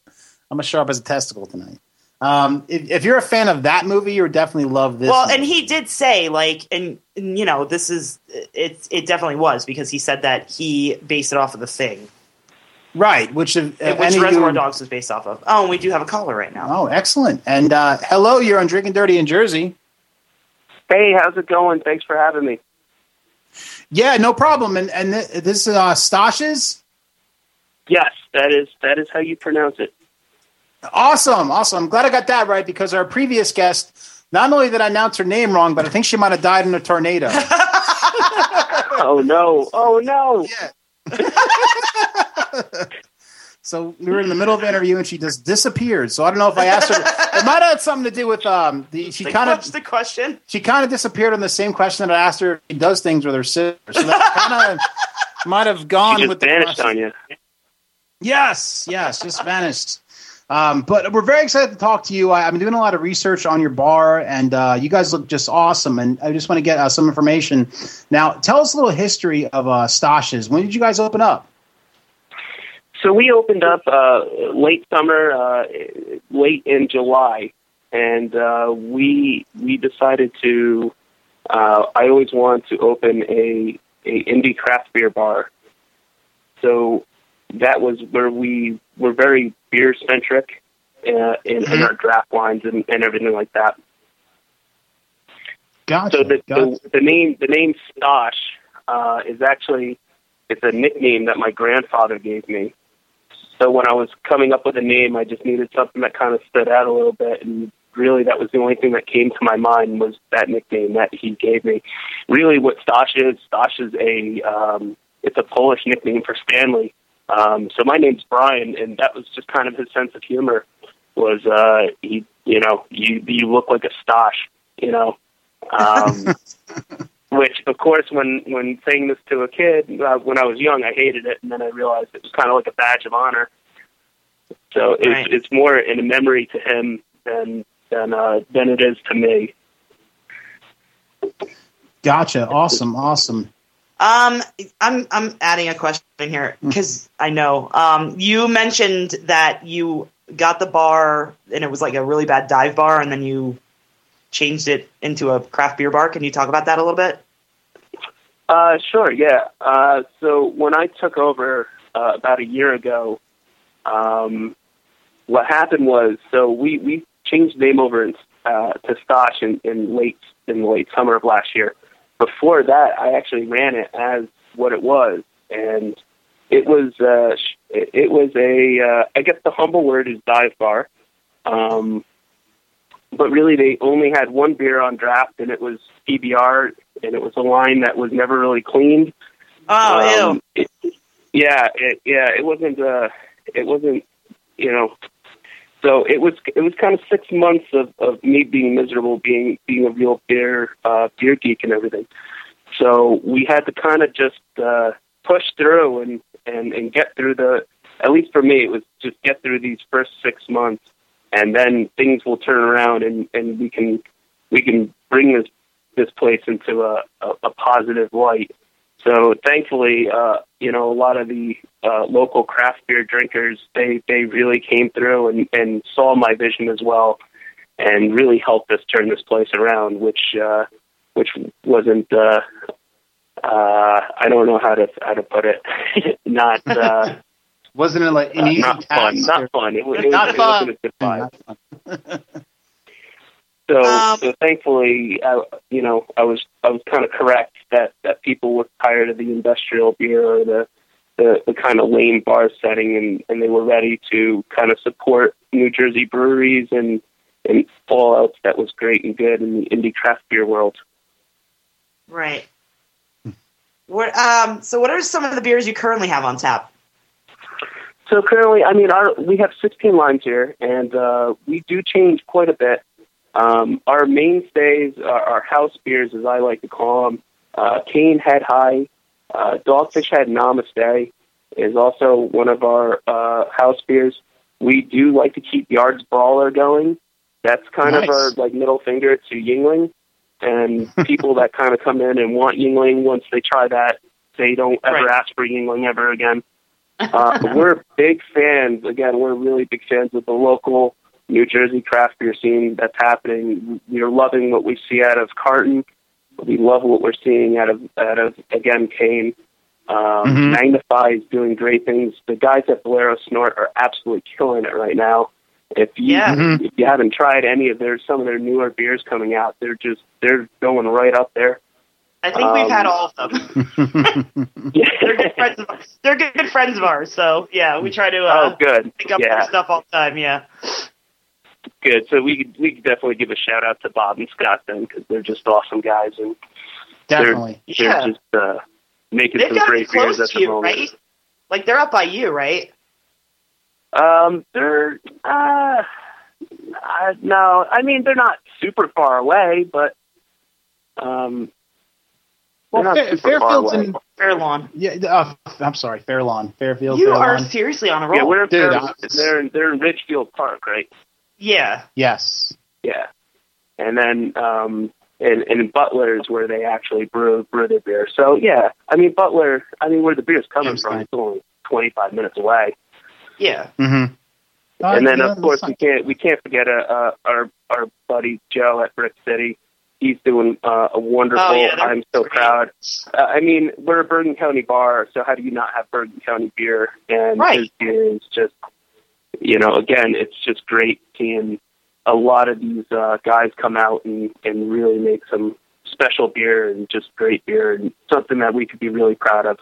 [SPEAKER 4] I'm as sharp as a testicle tonight. Um, if, if you're a fan of that movie, you'll definitely love this.
[SPEAKER 6] well,
[SPEAKER 4] movie.
[SPEAKER 6] and he did say like, and, and, you know, this is it. It definitely was because he said that he based it off of the thing,
[SPEAKER 4] right, which if,
[SPEAKER 6] which
[SPEAKER 4] Uh, any of you-
[SPEAKER 6] Reservoir Dogs was based off of. Oh, and we do have a caller right now.
[SPEAKER 4] Oh, excellent! And uh, hello, you're on Drinking Dirty in Jersey.
[SPEAKER 7] Hey, how's it going? Thanks for having me.
[SPEAKER 4] Yeah, no problem. And and th- this is uh, Stosh's.
[SPEAKER 7] Yes, that is that is how you pronounce it.
[SPEAKER 4] Awesome, awesome. I'm glad I got that right because our previous guest, not only did I announce her name wrong, but I think she might have died in a tornado.
[SPEAKER 7] Oh no! Oh no!
[SPEAKER 4] so we were in the middle of the interview and she just disappeared. So I don't know if I asked her. It might have had something to do with um. The, she
[SPEAKER 6] Like,
[SPEAKER 4] kind of
[SPEAKER 6] what's the question?
[SPEAKER 4] she kind of disappeared on the same question that I asked her. If she does things with her sister, so that kind of might have gone
[SPEAKER 7] She just
[SPEAKER 4] with the
[SPEAKER 7] vanished
[SPEAKER 4] question.
[SPEAKER 7] on you.
[SPEAKER 4] Yes, yes, just vanished. Um, but we're very excited to talk to you. I, I've been doing a lot of research on your bar, and uh, you guys look just awesome. And I just want to get uh, some information. Now, tell us a little history of uh, Stosh's. When did you guys open up?
[SPEAKER 7] So we opened up uh, late summer, uh, late in July, and uh, we we decided to. Uh, I always wanted to open a a indie craft beer bar, so that was where we were very beer centric uh, in,
[SPEAKER 4] Mm-hmm.
[SPEAKER 7] in our draft lines and, and everything like that.
[SPEAKER 4] Gotcha.
[SPEAKER 7] So the,
[SPEAKER 4] gotcha.
[SPEAKER 7] the the name the name Stosh uh, is actually it's a nickname that my grandfather gave me. So when I was coming up with a name, I just needed something that kind of stood out a little bit, and really that was the only thing that came to my mind was that nickname that he gave me. Really, what Stosh is Stosh is a um, it's a Polish nickname for Stanley. Um, so my name's Brian, and that was just kind of his sense of humor. Was uh, he? You know, you you look like a Stosh. You know, um, which of course when when saying this to a kid uh, when I was young I hated it and then I realized it was kind of like a badge of honor so it's
[SPEAKER 6] Right.
[SPEAKER 7] it's more in a memory to him than than uh, than it is to me
[SPEAKER 4] gotcha. Awesome. Awesome.
[SPEAKER 6] Um, I'm I'm adding a question here
[SPEAKER 4] Hmm.
[SPEAKER 6] because I know. Um, you mentioned that you got the bar and it was like a really bad dive bar, and then you changed it into a craft beer bar. Can you talk about that a little bit?
[SPEAKER 7] Uh, sure, yeah. Uh, so when I took over uh, about a year ago, um, what happened was so we, we changed the name over in, uh, to Stosh in, in late in the late summer of last year. Before that, I actually ran it as what it was, and it was uh, sh- it it was a uh, I guess the humble word is dive bar. Um, but really they only had one beer on draft and it was PBR and it was a line that was never really cleaned.
[SPEAKER 4] Um,
[SPEAKER 6] Oh, ew.
[SPEAKER 7] Um, it- yeah, it, yeah, it wasn't uh it wasn't you know so it was it was kind of six months of, of me being miserable being being a real beer uh beer geek and everything. So we had to kind of just uh push through and, and, and get through the at least for me it was just get through these first six months and then things will turn around and, and we can we can bring this this place into a, a, a positive light. So thankfully, uh, you know, a lot of the uh, local craft beer drinkers they they really came through and, and saw my vision as well, and really helped us turn this place around, which uh, which wasn't. Uh, uh, I don't know how to how to put it. not uh,
[SPEAKER 4] Wasn't it like an
[SPEAKER 7] uh,
[SPEAKER 4] easy
[SPEAKER 7] not fun.
[SPEAKER 4] task?
[SPEAKER 7] Not fun. It, was, it,
[SPEAKER 4] Not
[SPEAKER 7] was, it wasn't a good
[SPEAKER 4] Or-
[SPEAKER 7] vibe. So,
[SPEAKER 6] Um,
[SPEAKER 7] so thankfully, I, you know, I was I was kind of correct that that people were tired of the industrial beer or the the, the kind of lame bar setting, and and they were ready to kind of support New Jersey breweries and and all else that was great and good in the indie craft beer world.
[SPEAKER 6] right.
[SPEAKER 7] Hmm.
[SPEAKER 6] What? Um. So, what are some of the beers you currently have on tap?
[SPEAKER 7] So currently, I mean, our we have 16 lines here, and uh, we do change quite a bit. Um, our mainstays are our house beers, as I like to call them. Uh, Cane Head High, uh, Dogfish Head Namaste is also one of our uh, house beers. We do like to keep Yards Brawler going. That's kind of
[SPEAKER 4] Nice.
[SPEAKER 7] our like middle finger to Yingling, and people that kind of come in and want Yingling once they try that, they don't ever
[SPEAKER 6] Right.
[SPEAKER 7] ask for Yingling ever again uh, we're big fans. Again, we're really big fans of the local New Jersey craft beer scene that's happening. We are loving what we see out of Carton. We love what we're seeing out of out of again Kane. Um,
[SPEAKER 6] Mm-hmm.
[SPEAKER 7] Magnify is doing great things. The guys at Bolero Snort are absolutely killing it right now. If you
[SPEAKER 6] Yeah.
[SPEAKER 7] if you haven't tried any of their some of their newer beers coming out, they're just they're going right up there.
[SPEAKER 6] I think we've
[SPEAKER 7] Um,
[SPEAKER 6] had all of them.
[SPEAKER 4] Mm-hmm.
[SPEAKER 6] They're good friends. Of, they're good, good friends of ours. So yeah, we try to uh,
[SPEAKER 7] oh, good.
[SPEAKER 6] pick up
[SPEAKER 7] yeah.
[SPEAKER 6] their stuff all the time. Yeah.
[SPEAKER 7] good. So we could- we could definitely give a shout out to Bob and Scott then because they're just awesome guys and
[SPEAKER 4] Definitely.
[SPEAKER 6] Yeah.
[SPEAKER 7] they're just uh, making
[SPEAKER 6] They've
[SPEAKER 7] some
[SPEAKER 6] got to be
[SPEAKER 7] great beers
[SPEAKER 6] close
[SPEAKER 7] at
[SPEAKER 6] to
[SPEAKER 7] the
[SPEAKER 6] you,
[SPEAKER 7] moment.
[SPEAKER 6] right? Like they're up by you, right?
[SPEAKER 7] Um, they're uh, uh, no, I mean they're not super far away, but um,
[SPEAKER 4] Well,
[SPEAKER 7] they're not
[SPEAKER 4] Fair,
[SPEAKER 7] super far
[SPEAKER 4] Fairfield's
[SPEAKER 7] away.
[SPEAKER 4] in.
[SPEAKER 6] Fair lawn.
[SPEAKER 4] Yeah, uh, I'm sorry, Fairlawn. Fairfield.
[SPEAKER 6] You
[SPEAKER 4] Fairlawn.
[SPEAKER 6] are seriously on a roll.
[SPEAKER 7] yeah, we're
[SPEAKER 4] Dude,
[SPEAKER 7] they're,
[SPEAKER 4] I-
[SPEAKER 7] they're in- they're in Ridgefield Park, right?
[SPEAKER 6] yeah.
[SPEAKER 4] yes.
[SPEAKER 7] Yeah, and then um, and and Butler is where they actually brew brew their beer. So yeah, I mean Butler, I mean where the beer's coming
[SPEAKER 4] James
[SPEAKER 7] from,
[SPEAKER 4] Stein.
[SPEAKER 7] it's only twenty five minutes away.
[SPEAKER 6] Yeah.
[SPEAKER 4] Mm-hmm.
[SPEAKER 7] and then of course we can't we can't forget uh, uh, our our buddy Joe at Brick City. He's doing uh, a wonderful.
[SPEAKER 6] Oh, yeah, they're
[SPEAKER 7] I'm so
[SPEAKER 6] great.
[SPEAKER 7] proud. Uh, I mean, we're a Bergen County bar, so how do you not have Bergen County beer? And
[SPEAKER 6] Right.
[SPEAKER 7] his beer is just, you know, again, it's just great seeing a lot of these uh, guys come out and and really make some special beer and just great beer and something that we could be really proud of.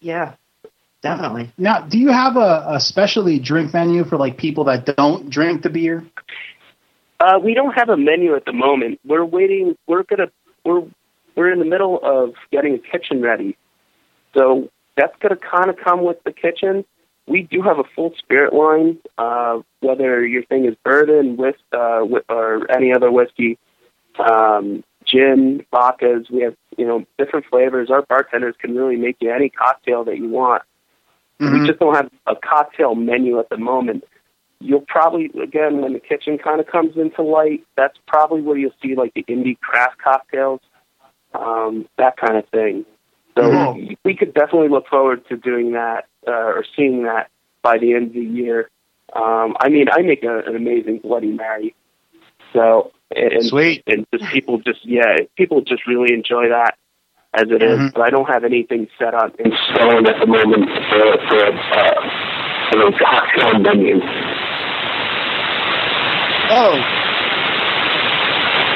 [SPEAKER 6] Yeah. Oh, Definitely.
[SPEAKER 4] Now, do you have a, a specialty drink menu for like people that don't drink the beer?
[SPEAKER 7] Uh, we don't have a menu at the moment. We're waiting. We're gonna. We're we're in the middle of getting a kitchen ready, so that's gonna kind of come with the kitchen. We do have a full spirit line. Uh, whether your thing is bourbon, whisk, uh, whi- or any other whiskey, um, gin, vodkas. We have you know different flavors. Our bartenders can really make you any cocktail that you want.
[SPEAKER 4] Mm-hmm.
[SPEAKER 7] We just don't have a cocktail menu at the moment. You'll probably again when the kitchen kind of comes into light, that's probably where you'll see like the indie craft cocktails, um, that kind of thing. So
[SPEAKER 4] Mhm.
[SPEAKER 7] we could definitely look forward to doing that uh, or seeing that by the end of the year. Um, I mean, I make a, an amazing Bloody Mary, so and,
[SPEAKER 4] Sweet.
[SPEAKER 7] and just people just yeah, people just really enjoy that as it is,
[SPEAKER 4] Mhm.
[SPEAKER 7] But I don't have anything set up in stone at the moment for for uh, for a cocktail menu.
[SPEAKER 4] Oh,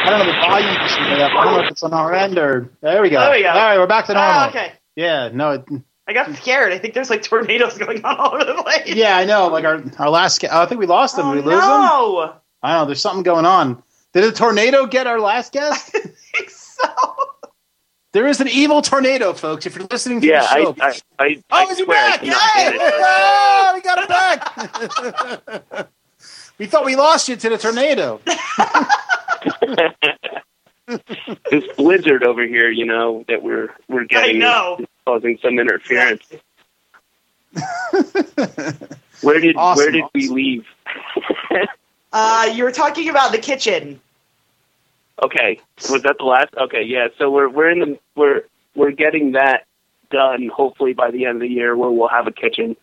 [SPEAKER 4] I don't know the volume just went up. I don't know if it's on our end or there we go.
[SPEAKER 6] There we go.
[SPEAKER 4] All right, we're back to normal.
[SPEAKER 6] Ah, okay.
[SPEAKER 4] Yeah, no, it,
[SPEAKER 6] I got scared. I think there's like tornadoes going on all over the place.
[SPEAKER 4] yeah, I know. Like our our last, guest, I think we lost him.
[SPEAKER 6] Oh,
[SPEAKER 4] Did we lose him.
[SPEAKER 6] no.
[SPEAKER 4] I don't know. There's something going on. Did a tornado get our last guest?
[SPEAKER 6] Think so.
[SPEAKER 4] there is an evil tornado, folks. If you're listening to
[SPEAKER 7] Yeah,
[SPEAKER 4] the
[SPEAKER 7] I
[SPEAKER 4] show,
[SPEAKER 7] I I,
[SPEAKER 4] Oh,
[SPEAKER 7] I
[SPEAKER 4] is he
[SPEAKER 7] swear I
[SPEAKER 4] back? Yay!
[SPEAKER 7] cannot get it.
[SPEAKER 4] Ah, we got him back. we thought we lost you to the tornado.
[SPEAKER 7] This blizzard over here, you know, that we're we're
[SPEAKER 6] I
[SPEAKER 7] getting
[SPEAKER 6] know.
[SPEAKER 7] is causing some interference. Where did
[SPEAKER 4] Awesome,
[SPEAKER 7] where did we
[SPEAKER 4] awesome.
[SPEAKER 7] leave?
[SPEAKER 6] Uh, you were talking about the kitchen.
[SPEAKER 7] Okay, was that the last? Okay, yeah. So we're we're in the we're we're getting that done. Hopefully by the end of the year, where we'll have a kitchen,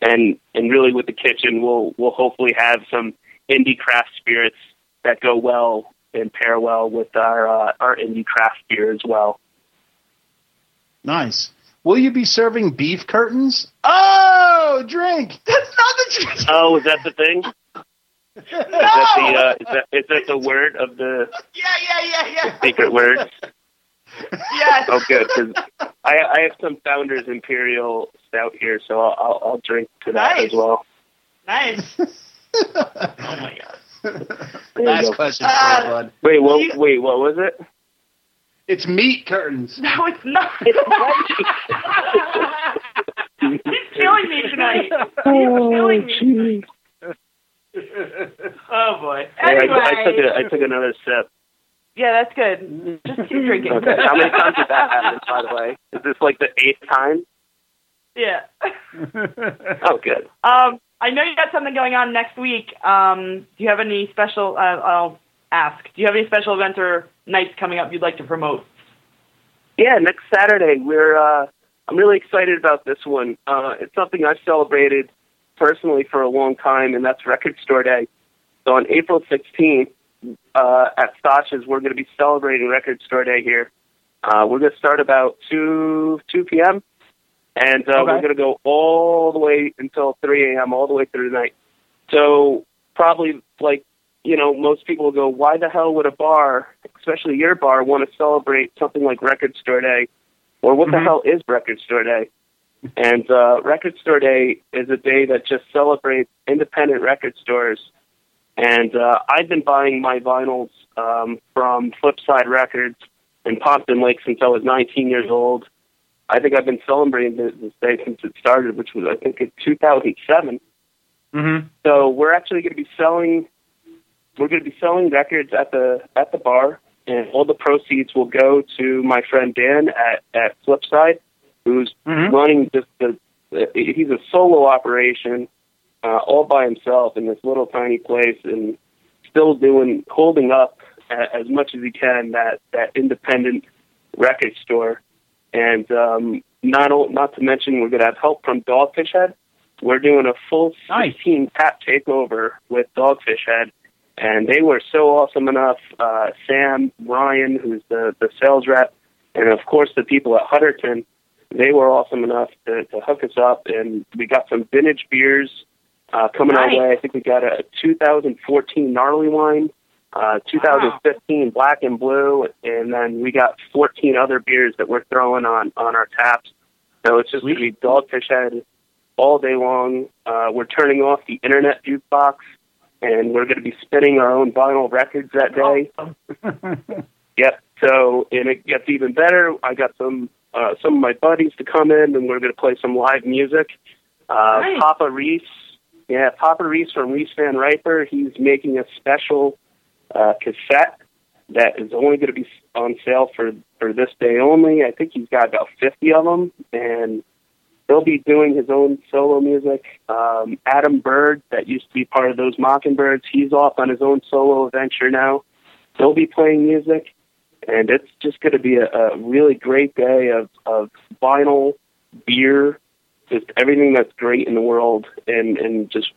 [SPEAKER 7] and and really with the kitchen, we'll we'll hopefully have some indie craft spirits that go well and pair well with our uh, our indie craft beer as well.
[SPEAKER 4] Nice. Will you be serving beef curtains? Oh, drink.
[SPEAKER 6] That's not the kitchen.
[SPEAKER 7] Oh, is that the thing?
[SPEAKER 6] no.
[SPEAKER 7] Is that the uh, is that is that the word of the
[SPEAKER 6] yeah, yeah, yeah, yeah.
[SPEAKER 7] secret word?
[SPEAKER 6] Yes.
[SPEAKER 7] Oh, good. 'cause I I have some Founders Imperial Stout here, so I'll I'll, I'll drink to that
[SPEAKER 6] Nice.
[SPEAKER 7] as well.
[SPEAKER 6] Nice. Oh my god.
[SPEAKER 7] There you
[SPEAKER 4] Last
[SPEAKER 7] go.
[SPEAKER 4] question,
[SPEAKER 6] Ah.
[SPEAKER 4] for you, bud.
[SPEAKER 7] Wait, what?
[SPEAKER 6] You-
[SPEAKER 7] Wait, what was it?
[SPEAKER 4] It's meat curtains.
[SPEAKER 6] No, it's not. He's killing me tonight. He's killing me. Oh boy.
[SPEAKER 7] Yeah, I, I took a, I took another sip.
[SPEAKER 6] Yeah, that's good. Just keep drinking.
[SPEAKER 7] Okay. How many times did that happen? By the way, is this like the eighth time?
[SPEAKER 8] Yeah.
[SPEAKER 7] Oh, good.
[SPEAKER 8] Um, I know you got something going on next week. Um, do you have any special? Uh, I'll ask. Do you have any special events or nights coming up you'd like to promote?
[SPEAKER 7] Yeah, next Saturday we're. Uh, I'm really excited about this one. Uh, it's something I've celebrated personally for a long time, and that's Record Store Day. So on April 16th uh, at Stasha's, we're going to be celebrating Record Store Day here. Uh, we're going to start about 2, 2 p.m. And uh,
[SPEAKER 4] Okay.
[SPEAKER 7] we're going to go all the way until 3 a.m., all the way through the night. So probably like, you know, most people will go, why the hell would a bar, especially your bar, want to celebrate something like Record Store Day? Or what the
[SPEAKER 4] Mhm.
[SPEAKER 7] hell is Record Store Day? And uh, Record Store Day is a day that just celebrates independent record stores. And uh, I've been buying my vinyls um, from Flipside Records in Pompton Lake since I was 19 years old. I think I've been celebrating this, this day since it started, which was I think in 2007.
[SPEAKER 4] Mm-hmm.
[SPEAKER 7] So we're actually going to be selling. We're going to be selling records at the at the bar, and all the proceeds will go to my friend Dan at at Flipside, who's
[SPEAKER 4] Mhm.
[SPEAKER 7] running just the. He's a solo operation, uh, all by himself in this little tiny place, and still doing holding up a- as much as he can that that independent record store, and um, not o- not to mention we're going to have help from Dogfish Head. We're doing a full
[SPEAKER 4] Nice.
[SPEAKER 7] 16 tap takeover with Dogfish Head, and they were so awesome enough. Uh, Sam Ryan, who's the the sales rep, and of course the people at Hutterton, they were awesome enough to, to hook us up, and we got some vintage beers uh, coming
[SPEAKER 6] Nice.
[SPEAKER 7] our way. I think we got a 2014 gnarly wine, uh, 2015 black and blue, and then we got 14 other beers that we're throwing on on our taps. So it's just going to be Dogfish Head all day long. Uh, we're turning off the internet jukebox, and we're going to be spinning our own vinyl records that day. Yep. So, and it gets even better. I got some uh, some of my buddies to come in, and we're going to play some live music. Uh,
[SPEAKER 6] Nice.
[SPEAKER 7] Papa Reese, yeah, Papa Reese from Reese Van Riper. He's making a special uh, cassette that is only going to be on sale for for this day only. I think he's got about fifty of them, and he'll be doing his own solo music. Um, Adam Bird, that used to be part of those Mockingbirds, he's off on his own solo adventure now. He'll be playing music, and it's just going to be a, a really great day of of vinyl, beer, just everything that's great in the world, and and just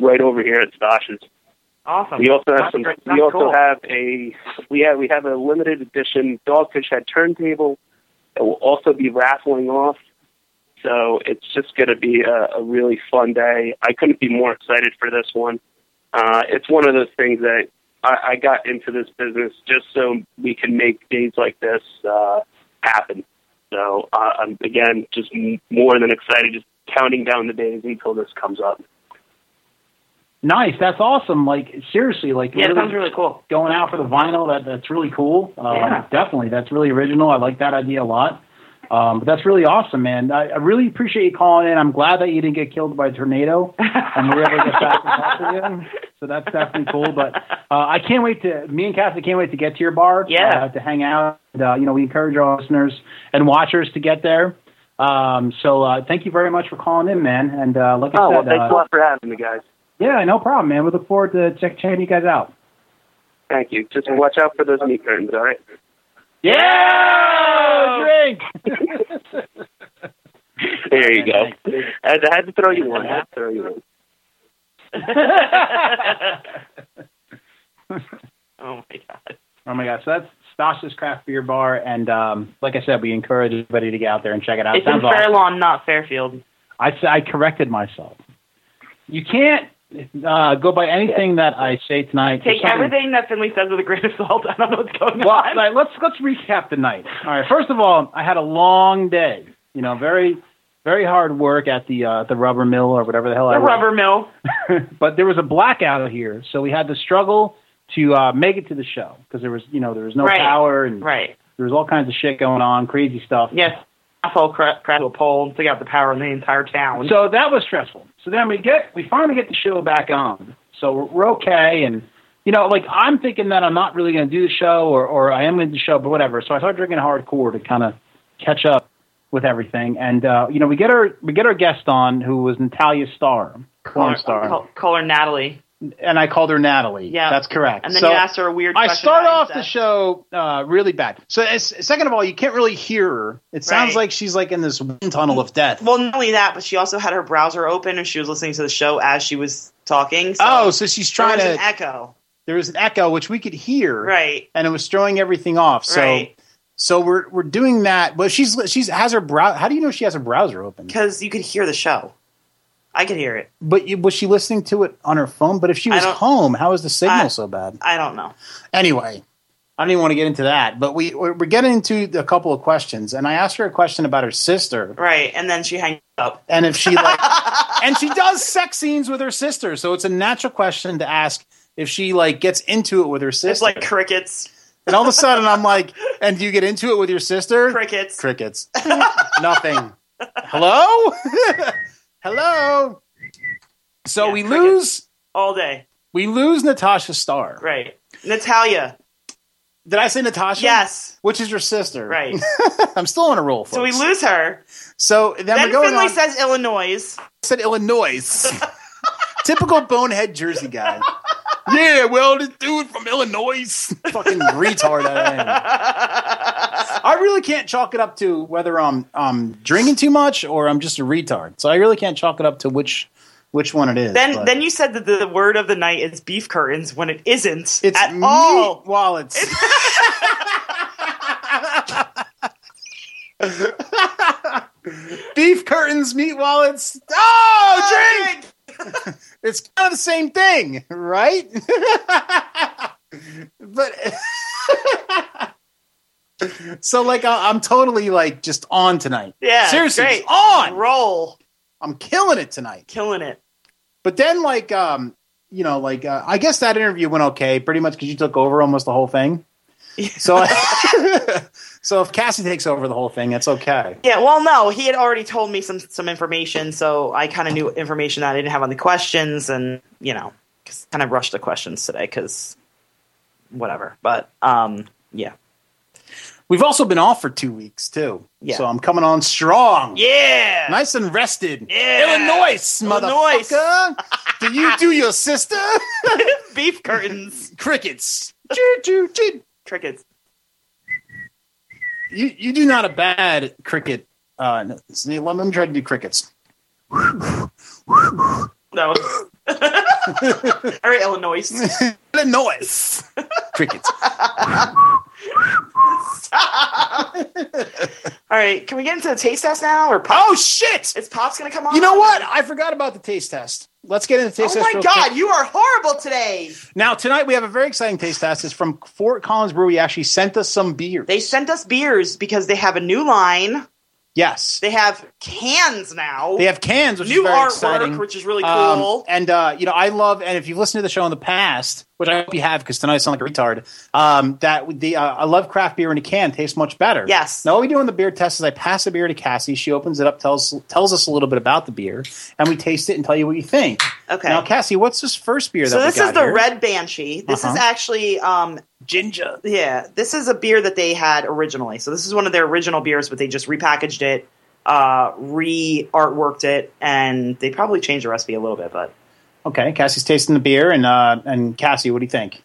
[SPEAKER 7] right over here at Stosh's.
[SPEAKER 6] Awesome.
[SPEAKER 7] We also have
[SPEAKER 6] That's
[SPEAKER 7] some.
[SPEAKER 6] great.
[SPEAKER 7] We
[SPEAKER 6] That's
[SPEAKER 7] also
[SPEAKER 6] cool.
[SPEAKER 7] have a. We have we have a limited edition Dogfish Head turntable that will also be raffling off. So it's just going to be a, a really fun day. I couldn't be more excited for this one. Uh, it's one of those things that I, I got into this business just so we can make days like this uh, happen. So uh, I'm again just m- more than excited, just counting down the days until this comes up.
[SPEAKER 4] Nice. That's awesome. Like seriously, like
[SPEAKER 6] Yeah, it
[SPEAKER 4] really
[SPEAKER 6] sounds really cool.
[SPEAKER 4] going out for the vinyl. That that's really cool. Um,
[SPEAKER 6] Yeah.
[SPEAKER 4] Definitely, that's really original. I like that idea a lot. Um, but that's really awesome, man. I, I really appreciate you calling in. I'm glad that you didn't get killed by a tornado and we were able to get back and talk to you. So that's definitely cool. But uh, I can't wait to me and Kathy can't wait to get to your bar.
[SPEAKER 6] Yeah.
[SPEAKER 4] uh, to hang out. And, uh, you know, we encourage our listeners and watchers to get there. Um, so uh, thank you very much for calling in, man. And uh, like I
[SPEAKER 7] Oh
[SPEAKER 4] said,
[SPEAKER 7] well, thanks
[SPEAKER 4] uh,
[SPEAKER 7] a lot for having me, guys.
[SPEAKER 4] yeah, no problem, man. We look forward to check checking you guys out.
[SPEAKER 7] Thank you. Just watch out for those meat curtains, all right?
[SPEAKER 4] Yeah, drink.
[SPEAKER 7] There you go.
[SPEAKER 4] Okay,
[SPEAKER 7] I had, to, I had to throw you one. I had to throw you one.
[SPEAKER 6] oh my god.
[SPEAKER 4] oh my gosh, so that's Stasha's Craft Beer Bar, and um, like I said, we encourage everybody to get out there and check it out.
[SPEAKER 6] It's in
[SPEAKER 4] Sounds awesome.
[SPEAKER 6] Fairlawn, not Fairfield.
[SPEAKER 4] I s- I corrected myself. You can't uh, go by anything that I say tonight. There's
[SPEAKER 6] Take
[SPEAKER 4] something-
[SPEAKER 6] everything that Finley says with a grain of salt. I don't know what's going
[SPEAKER 4] Well,
[SPEAKER 6] on.
[SPEAKER 4] like, let's let's recap the night. All right. First of all, I had a long day. You know, very very hard work at the uh, the rubber mill or whatever the hell I
[SPEAKER 6] the
[SPEAKER 4] work.
[SPEAKER 6] rubber mill.
[SPEAKER 4] but there was a blackout here, so we had to struggle to uh, make it to the show because there was you know there was no
[SPEAKER 6] Right.
[SPEAKER 4] power and
[SPEAKER 6] Right.
[SPEAKER 4] there was all kinds of shit going on, crazy stuff.
[SPEAKER 6] Yes. Asshole cra- crashed to a pole and took out the power in the entire town.
[SPEAKER 4] So that was stressful. So then we get we finally get the show back on. So we're, we're okay, and you know, like I'm thinking that I'm not really going to do the show, or or I am going to do the show, but whatever. So I started drinking hardcore to kind of catch up with everything, and uh, you know, we get our we get our guest on who was Natalia Starr, Corn Star,
[SPEAKER 6] Call, call her Natalie.
[SPEAKER 4] and I called her Natalie.
[SPEAKER 6] Yeah.
[SPEAKER 4] that's correct.
[SPEAKER 6] And then
[SPEAKER 4] So-
[SPEAKER 6] you asked her a weird
[SPEAKER 4] I
[SPEAKER 6] question
[SPEAKER 4] start
[SPEAKER 6] about
[SPEAKER 4] off the
[SPEAKER 6] incest.
[SPEAKER 4] show uh, really bad.
[SPEAKER 9] So, as, second of all, you can't really hear her. It sounds
[SPEAKER 6] Right.
[SPEAKER 9] like she's like in this wind tunnel of death.
[SPEAKER 10] Well, not only that, but she also had her browser open and she was listening to the show as she was
[SPEAKER 6] talking. So
[SPEAKER 4] Oh, so she's
[SPEAKER 6] there
[SPEAKER 4] trying
[SPEAKER 6] was an
[SPEAKER 4] to.
[SPEAKER 6] echo.
[SPEAKER 4] There was an echo, which we could hear,
[SPEAKER 6] Right.
[SPEAKER 4] and it was throwing everything off. So,
[SPEAKER 6] Right.
[SPEAKER 4] so we're we're doing that. But she's she's has her brow. How do you know she has her browser open?
[SPEAKER 6] Because you could hear the show. I could hear it.
[SPEAKER 4] But you, was she listening to it on her phone? But if she
[SPEAKER 6] I
[SPEAKER 4] was
[SPEAKER 6] don't-
[SPEAKER 4] home, how is the signal
[SPEAKER 6] I-
[SPEAKER 4] so bad?
[SPEAKER 6] I don't know.
[SPEAKER 4] Anyway, I don't even want to get into that. But we we're we're getting into a couple of questions, and I asked her a question about her sister
[SPEAKER 6] Right. And then she hangs up.
[SPEAKER 4] and if she like, and she does sex scenes with her sister, so it's a natural question to ask if she like gets into it with her
[SPEAKER 6] It's
[SPEAKER 4] sister.
[SPEAKER 6] like crickets.
[SPEAKER 4] and all of a sudden, I'm like, and do you get into it with your sister?
[SPEAKER 6] Crickets.
[SPEAKER 4] Crickets. Nothing. Hello? Hello. So
[SPEAKER 6] Yeah,
[SPEAKER 4] we
[SPEAKER 6] crickets.
[SPEAKER 4] lose
[SPEAKER 6] All day.
[SPEAKER 4] we lose Natasha Starr.
[SPEAKER 6] Right. Natalia.
[SPEAKER 4] Did I say Natasha?
[SPEAKER 6] Yes.
[SPEAKER 4] Which is your sister.
[SPEAKER 6] Right.
[SPEAKER 4] I'm still on a roll, folks.
[SPEAKER 6] so we lose her.
[SPEAKER 4] So then,
[SPEAKER 6] Then
[SPEAKER 4] we're going
[SPEAKER 6] Finley
[SPEAKER 4] on.
[SPEAKER 6] says Illinois.
[SPEAKER 4] said Illinois. Typical bonehead Jersey guy. yeah, well, this dude from Illinois. Fucking retard that I am. I really can't chalk it up to whether I'm I'm drinking too much or I'm just a retard. So I really can't chalk it up to which which one it is.
[SPEAKER 6] Then
[SPEAKER 4] but
[SPEAKER 6] then you said that the word of the night is beef curtains when it isn't
[SPEAKER 4] it's
[SPEAKER 6] at
[SPEAKER 4] meat
[SPEAKER 6] all.
[SPEAKER 4] wallets. Beef curtains, meat wallets. Oh, drink! it's kind of the same thing, right? but so, like, I- I'm totally like just on tonight.
[SPEAKER 6] Yeah,
[SPEAKER 4] seriously,
[SPEAKER 6] great.
[SPEAKER 4] just on.
[SPEAKER 6] Roll.
[SPEAKER 4] I'm killing it tonight.
[SPEAKER 6] Killing it.
[SPEAKER 4] But then, like, um, you know, like, uh, I guess that interview went okay, pretty much because you took over almost the whole thing. So, so if Cassie takes over the whole thing, that's okay.
[SPEAKER 6] Yeah, well, no, he had already told me some some information, so I kind of knew information that I didn't have on the questions, and you know, kind of rushed the questions today because whatever. But um, yeah,
[SPEAKER 4] We've also been off for two weeks too,
[SPEAKER 6] Yeah.
[SPEAKER 4] so I'm coming on strong.
[SPEAKER 6] yeah,
[SPEAKER 4] Nice and rested.
[SPEAKER 6] Yeah.
[SPEAKER 4] Illinois,
[SPEAKER 6] Illinois.
[SPEAKER 4] motherfucker. do you do your sister?
[SPEAKER 6] beef curtains,
[SPEAKER 4] Crickets. Choo, choo, choo.
[SPEAKER 6] crickets.
[SPEAKER 4] You, you do not a bad cricket. Uh, no, see, let me try to do crickets.
[SPEAKER 6] No, all right, Illinois.
[SPEAKER 4] Illinois. crickets.
[SPEAKER 6] All right, can we get into the taste test now, or Pop?
[SPEAKER 4] Oh, shit.
[SPEAKER 6] is Pop's gonna come on?
[SPEAKER 4] You know what? I forgot about the taste test. Let's get into the taste
[SPEAKER 6] oh
[SPEAKER 4] test.
[SPEAKER 6] my
[SPEAKER 4] real
[SPEAKER 6] God,
[SPEAKER 4] quick.
[SPEAKER 6] you are horrible today.
[SPEAKER 4] Now, tonight we have a very exciting taste test. It's from Fort Collins Brewery. Actually, sent us some beer.
[SPEAKER 6] They sent us beers because they have a new line.
[SPEAKER 4] yes.
[SPEAKER 6] They have cans now.
[SPEAKER 4] They have cans, which
[SPEAKER 6] new
[SPEAKER 4] is very
[SPEAKER 6] artwork,
[SPEAKER 4] exciting.
[SPEAKER 6] which is really
[SPEAKER 4] Um,
[SPEAKER 6] cool.
[SPEAKER 4] and uh, you know, I love, and if you've listened to the show in the past, which I hope you have, because tonight I sound like a retard. Um, that would- the uh, I love craft beer in a can tastes much better.
[SPEAKER 6] Yes.
[SPEAKER 4] Now what we do in the beer test is I pass the beer to Cassie. She opens it up, tells tells us a little bit about the beer, and we taste it and tell you what you think.
[SPEAKER 6] Okay.
[SPEAKER 4] Now, Cassie, what's this first beer?
[SPEAKER 6] so
[SPEAKER 4] that
[SPEAKER 6] this
[SPEAKER 4] we got
[SPEAKER 6] is the
[SPEAKER 4] here?
[SPEAKER 6] Red Banshee. This
[SPEAKER 4] Uh-huh.
[SPEAKER 6] is actually, um,
[SPEAKER 4] ginger.
[SPEAKER 6] yeah, this is a beer that they had originally. So this is one of their original beers, but they just repackaged it, uh, re artworked it, and they probably changed the recipe a little bit. But
[SPEAKER 4] Okay, Cassie's tasting the beer, and uh, and Cassie, what do you think?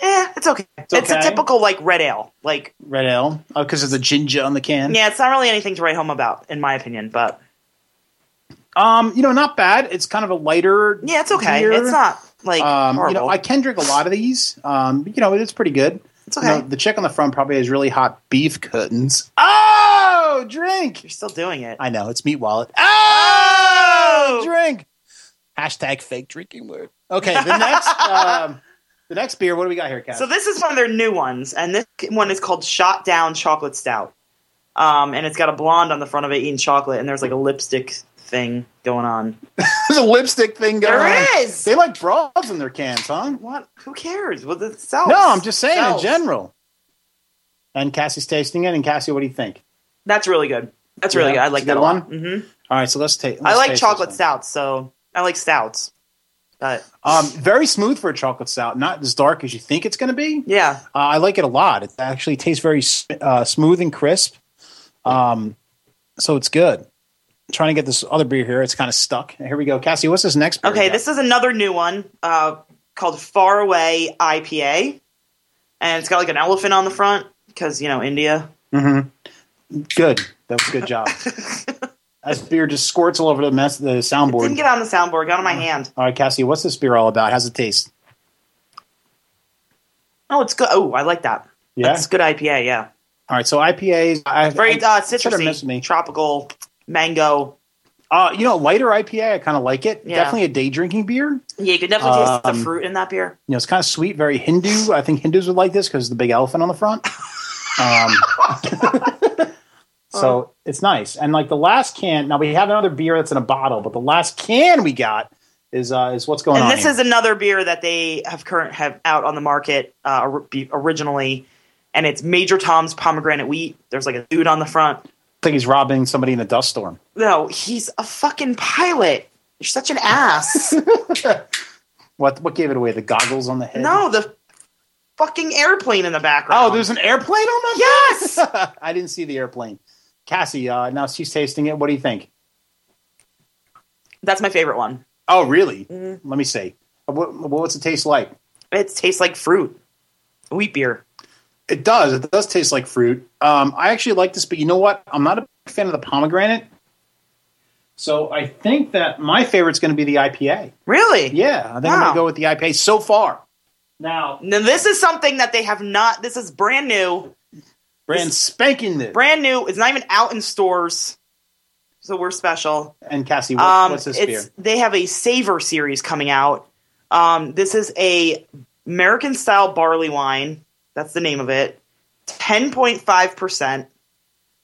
[SPEAKER 6] yeah, eh, it's okay. It's, a
[SPEAKER 4] okay.
[SPEAKER 6] typical like red ale. Like
[SPEAKER 4] Red ale, because there's a ginger on the can.
[SPEAKER 6] yeah, it's not really anything to write home about, in my opinion. But
[SPEAKER 4] Um, you know, not bad. It's kind of a lighter.
[SPEAKER 6] yeah, it's okay.
[SPEAKER 4] beer.
[SPEAKER 6] It's not like
[SPEAKER 4] um,
[SPEAKER 6] horrible.
[SPEAKER 4] you know, I can drink a lot of these. Um, but, you know, it's pretty good.
[SPEAKER 6] It's okay.
[SPEAKER 4] You know, the chick on the front probably has really hot beef curtains. Oh, drink!
[SPEAKER 6] You're still doing it.
[SPEAKER 4] I know it's meat wallet. Oh, drink! Hashtag fake drinking word. Okay, the next, um, the next beer. What do we got here, Kat?
[SPEAKER 6] So this is one of their new ones, and this one is called Shot Down Chocolate Stout. Um, and it's got a blonde on the front of it eating chocolate, and there's like a lipstick thing going on.
[SPEAKER 4] There's a lipstick thing going
[SPEAKER 6] There
[SPEAKER 4] on.
[SPEAKER 6] is!
[SPEAKER 4] They like bras in their cans, huh?
[SPEAKER 6] What? Who cares? Well, it sells.
[SPEAKER 4] No, I'm just saying in
[SPEAKER 6] Sells.
[SPEAKER 4] general. And Cassie's tasting it. And Cassie, what do you think?
[SPEAKER 6] That's really good. That's really
[SPEAKER 4] Yeah,
[SPEAKER 6] good. I
[SPEAKER 4] it's
[SPEAKER 6] like
[SPEAKER 4] a
[SPEAKER 6] that
[SPEAKER 4] good
[SPEAKER 6] a
[SPEAKER 4] one.
[SPEAKER 6] lot. Mm-hmm.
[SPEAKER 4] All right, so let's take.
[SPEAKER 6] I like chocolate stouts, so I like stouts. But
[SPEAKER 4] Um, very smooth for a chocolate stout. Not as dark as you think it's going to be.
[SPEAKER 6] yeah,
[SPEAKER 4] Uh, I like it a lot. It actually tastes very s- uh, smooth and crisp. Um, so it's good. trying to get this other beer here. It's kind of stuck. Here we go. Cassie, what's this next beer? we
[SPEAKER 6] okay.
[SPEAKER 4] got?
[SPEAKER 6] This is another new one uh, called Faraway IPA, and it's got like an elephant on the front because you know India.
[SPEAKER 4] Mm-hmm. Mhm. Good. That was a good job. That spear just squirts all over the mess, the soundboard.
[SPEAKER 6] Didn't get on the soundboard. Got on my hand.
[SPEAKER 4] all right, Cassie, what's this beer all about? How's it taste?
[SPEAKER 6] Oh, it's good. Oh, I like that.
[SPEAKER 4] Yeah.
[SPEAKER 6] It's good IPA. Yeah.
[SPEAKER 4] all right, so IPAs. I,
[SPEAKER 6] Very
[SPEAKER 4] I,
[SPEAKER 6] uh,
[SPEAKER 4] sort of missed me.
[SPEAKER 6] citrusy, tropical, mango.
[SPEAKER 4] Uh, you know, lighter IPA. I kind of like it.
[SPEAKER 6] Yeah.
[SPEAKER 4] Definitely a day drinking beer. You
[SPEAKER 6] Yeah, you could definitely taste the
[SPEAKER 4] Um,
[SPEAKER 6] fruit in that beer.
[SPEAKER 4] know, it's kind of sweet, very Hindu. I think Hindus would like this because the big elephant on the front. Um, so
[SPEAKER 6] Uh-huh.
[SPEAKER 4] it's nice. And like the last can. Now we have another beer that's in a bottle, but the last can we got is uh, is what's going
[SPEAKER 6] And
[SPEAKER 4] on.
[SPEAKER 6] this
[SPEAKER 4] here.
[SPEAKER 6] is another beer that they have current have out on the market uh, or- be- originally, and it's Major Tom's pomegranate wheat. There's like a dude on the front.
[SPEAKER 4] I think he's robbing somebody in a dust storm.
[SPEAKER 6] No, he's a fucking pilot. You're such an ass.
[SPEAKER 4] What what gave it away? The goggles on the head.
[SPEAKER 6] no, the fucking airplane in the
[SPEAKER 4] Oh,
[SPEAKER 6] background.
[SPEAKER 4] there's an airplane on that.
[SPEAKER 6] yes.
[SPEAKER 4] I didn't see the airplane. Cassie, uh, now she's tasting it. What do you think?
[SPEAKER 6] That's my favorite one.
[SPEAKER 4] Oh, really?
[SPEAKER 6] Mhm.
[SPEAKER 4] Let me see. What, what's it taste like?
[SPEAKER 6] It tastes like fruit, wheat beer.
[SPEAKER 4] It does. It does taste like fruit. Um, I actually like this, but you know what? I'm not a big fan of the pomegranate. So I think that my favorite's going to be the IPA.
[SPEAKER 6] Really?
[SPEAKER 4] Yeah, I think I'm
[SPEAKER 6] Wow.
[SPEAKER 4] going to go with the IPA so far. Now,
[SPEAKER 6] Now this is something that they have not. This is brand new.
[SPEAKER 4] brand spanking this.
[SPEAKER 6] Brand new. It's not even out in stores, so we're special.
[SPEAKER 4] and Cassie, what,
[SPEAKER 6] Um,
[SPEAKER 4] what's this beer?
[SPEAKER 6] it's, they have a Savor series coming out. Um, this is a American style barley wine. That's the name of it. Ten point five percent.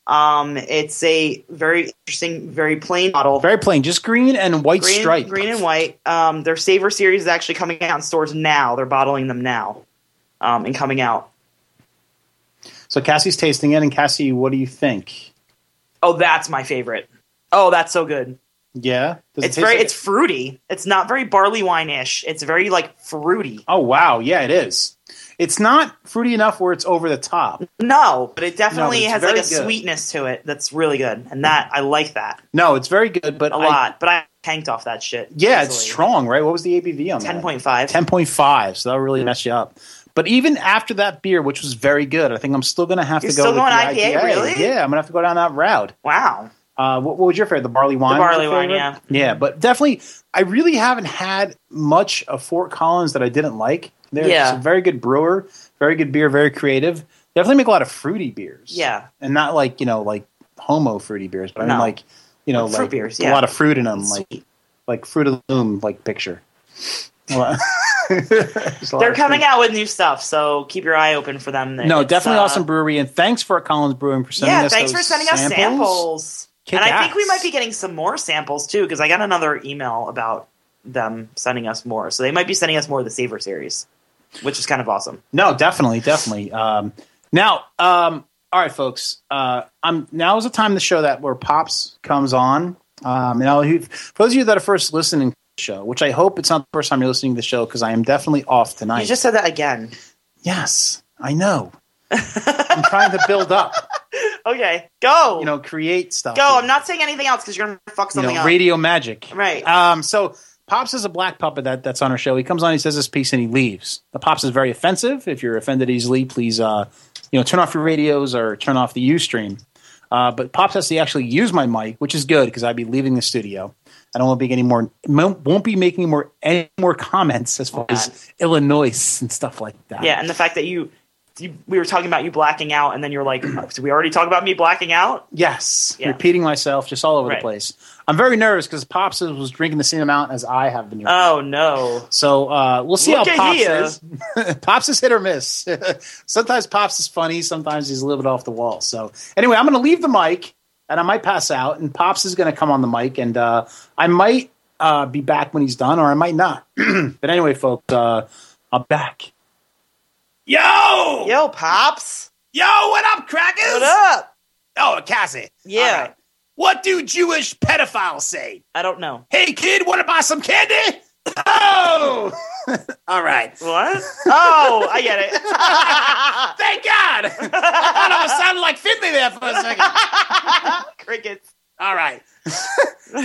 [SPEAKER 6] Um, it's a very interesting, very plain bottle.
[SPEAKER 4] Very plain, just green and white
[SPEAKER 6] green,
[SPEAKER 4] stripe.
[SPEAKER 6] green and white. Um, their Savor series is actually coming out in stores now. They're bottling them now, um, and coming out.
[SPEAKER 4] So Cassie's tasting it, and Cassie, what do you think?
[SPEAKER 6] Oh, that's my favorite. Oh, that's so good.
[SPEAKER 4] Yeah, Does it
[SPEAKER 6] it's
[SPEAKER 4] taste
[SPEAKER 6] very,
[SPEAKER 4] like-
[SPEAKER 6] it's fruity. It's not very barley wine ish. It's very like fruity.
[SPEAKER 4] Oh wow, yeah, it is. It's not fruity enough where it's over the top.
[SPEAKER 6] No, but it definitely
[SPEAKER 4] No, but it's
[SPEAKER 6] has like
[SPEAKER 4] very
[SPEAKER 6] a
[SPEAKER 4] good.
[SPEAKER 6] sweetness to it that's really good, and that I like that
[SPEAKER 4] No, it's very good, but
[SPEAKER 6] a
[SPEAKER 4] I-
[SPEAKER 6] lot. But I tanked off that shit.
[SPEAKER 4] yeah, it's strong, right? What was the ABV on that?
[SPEAKER 6] Ten point five.
[SPEAKER 4] ten point five. So that will really mess you up. But even after that beer, which was very good, I think I'm still going to have
[SPEAKER 6] You're
[SPEAKER 4] to go
[SPEAKER 6] still
[SPEAKER 4] with
[SPEAKER 6] going
[SPEAKER 4] the
[SPEAKER 6] IPA, really?
[SPEAKER 4] Yeah, I'm going to have to go down that route.
[SPEAKER 6] Wow.
[SPEAKER 4] Uh, what, what was your favorite? The barley wine. was
[SPEAKER 6] barley
[SPEAKER 4] your
[SPEAKER 6] wine,
[SPEAKER 4] favorite?
[SPEAKER 6] yeah.
[SPEAKER 4] Yeah, but definitely, I really haven't had much of Fort Collins that I didn't like. They're
[SPEAKER 6] Yeah.
[SPEAKER 4] just a very good brewer, very good beer, very creative. Definitely make a lot of fruity beers.
[SPEAKER 6] Yeah.
[SPEAKER 4] and not like you know like homo fruity beers, but I mean
[SPEAKER 6] No.
[SPEAKER 4] like you know
[SPEAKER 6] Like
[SPEAKER 4] like,
[SPEAKER 6] fruit beers,
[SPEAKER 4] a
[SPEAKER 6] yeah.
[SPEAKER 4] lot of fruit in them, like
[SPEAKER 6] Sweet.
[SPEAKER 4] like fruit of the loom like picture. They're
[SPEAKER 6] They're coming out with new stuff, so keep your eye open for them.
[SPEAKER 4] No,
[SPEAKER 6] It's,
[SPEAKER 4] definitely
[SPEAKER 6] uh,
[SPEAKER 4] awesome brewery, and thanks for Collins Brewing for sending
[SPEAKER 6] Yeah,
[SPEAKER 4] us.
[SPEAKER 6] thanks
[SPEAKER 4] those
[SPEAKER 6] for sending us samples.
[SPEAKER 4] Kick
[SPEAKER 6] and I think
[SPEAKER 4] ass.
[SPEAKER 6] we might be getting some more samples too, because I got another email about them sending us more. So they might be sending us more of the Savor series, which is kind of awesome.
[SPEAKER 4] No, definitely, definitely. Um, now, um, all right, folks. Uh, I'm now is the time of the show that where Pops comes on. Um, and I'll, for those of you that are first listening to the show, which I hope it's not the first time you're listening to the show because I am definitely off tonight.
[SPEAKER 6] You just said that again.
[SPEAKER 4] yes, I know. I'm trying to build up,
[SPEAKER 6] Okay, go.
[SPEAKER 4] you know, create stuff.
[SPEAKER 6] Go. I'm not saying anything else because you're gonna fuck
[SPEAKER 4] you
[SPEAKER 6] something
[SPEAKER 4] know,
[SPEAKER 6] up.
[SPEAKER 4] radio magic.
[SPEAKER 6] right.
[SPEAKER 4] Um, so Pops is a black puppet that, that's on our show. He comes on, he says this piece, and he leaves. The Pops is very offensive. If you're offended easily, please uh, you know turn off your radios or turn off the UStream. Uh, but Pops has to actually use my mic, which is good because I'd be leaving the studio. I don't want to make any more. mo- Won't be making more any more comments as far as Illinois and stuff like that.
[SPEAKER 6] yeah, and the fact that you, you, we were talking about you blacking out, and then you're like, "Oh, did we already talk about me blacking out?
[SPEAKER 4] Yes.
[SPEAKER 6] Yeah.
[SPEAKER 4] Repeating myself just all over the
[SPEAKER 6] Right.
[SPEAKER 4] place. I'm very nervous because Pops is- was drinking the same amount as I have been. Drinking.
[SPEAKER 6] Oh no.
[SPEAKER 4] So uh, we'll see
[SPEAKER 6] Look
[SPEAKER 4] how
[SPEAKER 6] at
[SPEAKER 4] Pops
[SPEAKER 6] here.
[SPEAKER 4] is. Pops is hit or miss. sometimes Pops is funny. Sometimes he's a little bit off the wall. So anyway, I'm going to leave the mic and I might pass out. And Pops is going to come on the mic and uh, I might uh, be back when he's done or I might not. but anyway, folks, uh, I'm back. Yo!
[SPEAKER 6] Yo, pops.
[SPEAKER 4] Yo, what up, crackers?
[SPEAKER 6] What up?
[SPEAKER 4] Oh, Cassie.
[SPEAKER 6] Yeah.
[SPEAKER 4] All right. What do Jewish pedophiles say?
[SPEAKER 6] I don't know.
[SPEAKER 4] Hey, kid, want to buy some candy? Oh! All right.
[SPEAKER 6] What? oh, I get it.
[SPEAKER 4] Thank God. I thought I was sounding like Finley there for a second.
[SPEAKER 6] Crickets.
[SPEAKER 4] All right.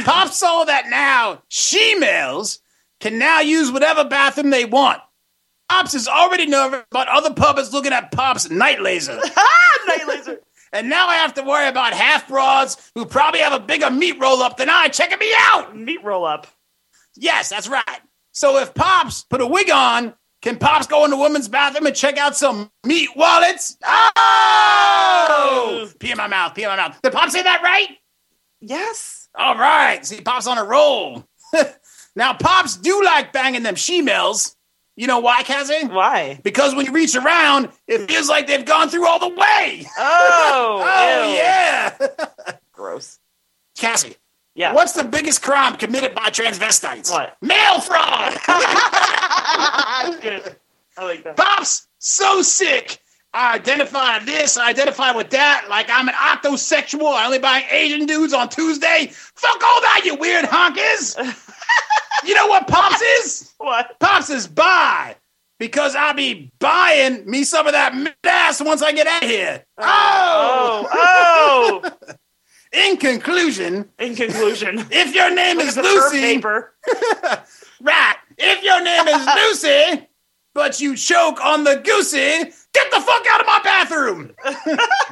[SPEAKER 4] Pop saw that now she-males can now use whatever bathroom they want. Pops is already nervous about other puppets looking at Pop's night laser.
[SPEAKER 6] Ah, night laser.
[SPEAKER 11] And now I have to worry about half broads who probably have a bigger meat roll up than I checking me out.
[SPEAKER 6] Meat roll up.
[SPEAKER 11] Yes, that's right. So if Pops put a wig on, can Pops go in the women's bathroom and check out some meat wallets? Oh! Pee in my mouth, pee in my mouth. Did Pops say that right?
[SPEAKER 6] Yes.
[SPEAKER 11] All right. See, Pops on a roll. now, Pops do like banging them shemales. You know why, Cassie?
[SPEAKER 6] Why?
[SPEAKER 11] Because when you reach around, it feels like they've gone through all the way.
[SPEAKER 6] Oh.
[SPEAKER 11] Oh,
[SPEAKER 6] ew.
[SPEAKER 11] yeah.
[SPEAKER 6] Gross.
[SPEAKER 11] Cassie,
[SPEAKER 6] Yeah.
[SPEAKER 11] what's the biggest crime committed by transvestites?
[SPEAKER 6] What?
[SPEAKER 11] Mail fraud.
[SPEAKER 6] Good. I like that.
[SPEAKER 11] Pops, so sick. I identify this, I identify with that. Like I'm an octosexual. I only buy Asian dudes on Tuesday. Fuck all that, you weird honkers. you know what Pops is?
[SPEAKER 6] What?
[SPEAKER 11] Pops is buy. Because I'll be buying me some of that mid ass once I get out of here.
[SPEAKER 6] Oh. Oh.
[SPEAKER 11] In conclusion,
[SPEAKER 6] In conclusion.
[SPEAKER 11] if your name
[SPEAKER 6] Look at
[SPEAKER 11] is
[SPEAKER 6] the term
[SPEAKER 11] Lucy,
[SPEAKER 6] paper.
[SPEAKER 11] right? If your name is Lucy, but you choke on the goosey, get the fuck out of my bathroom.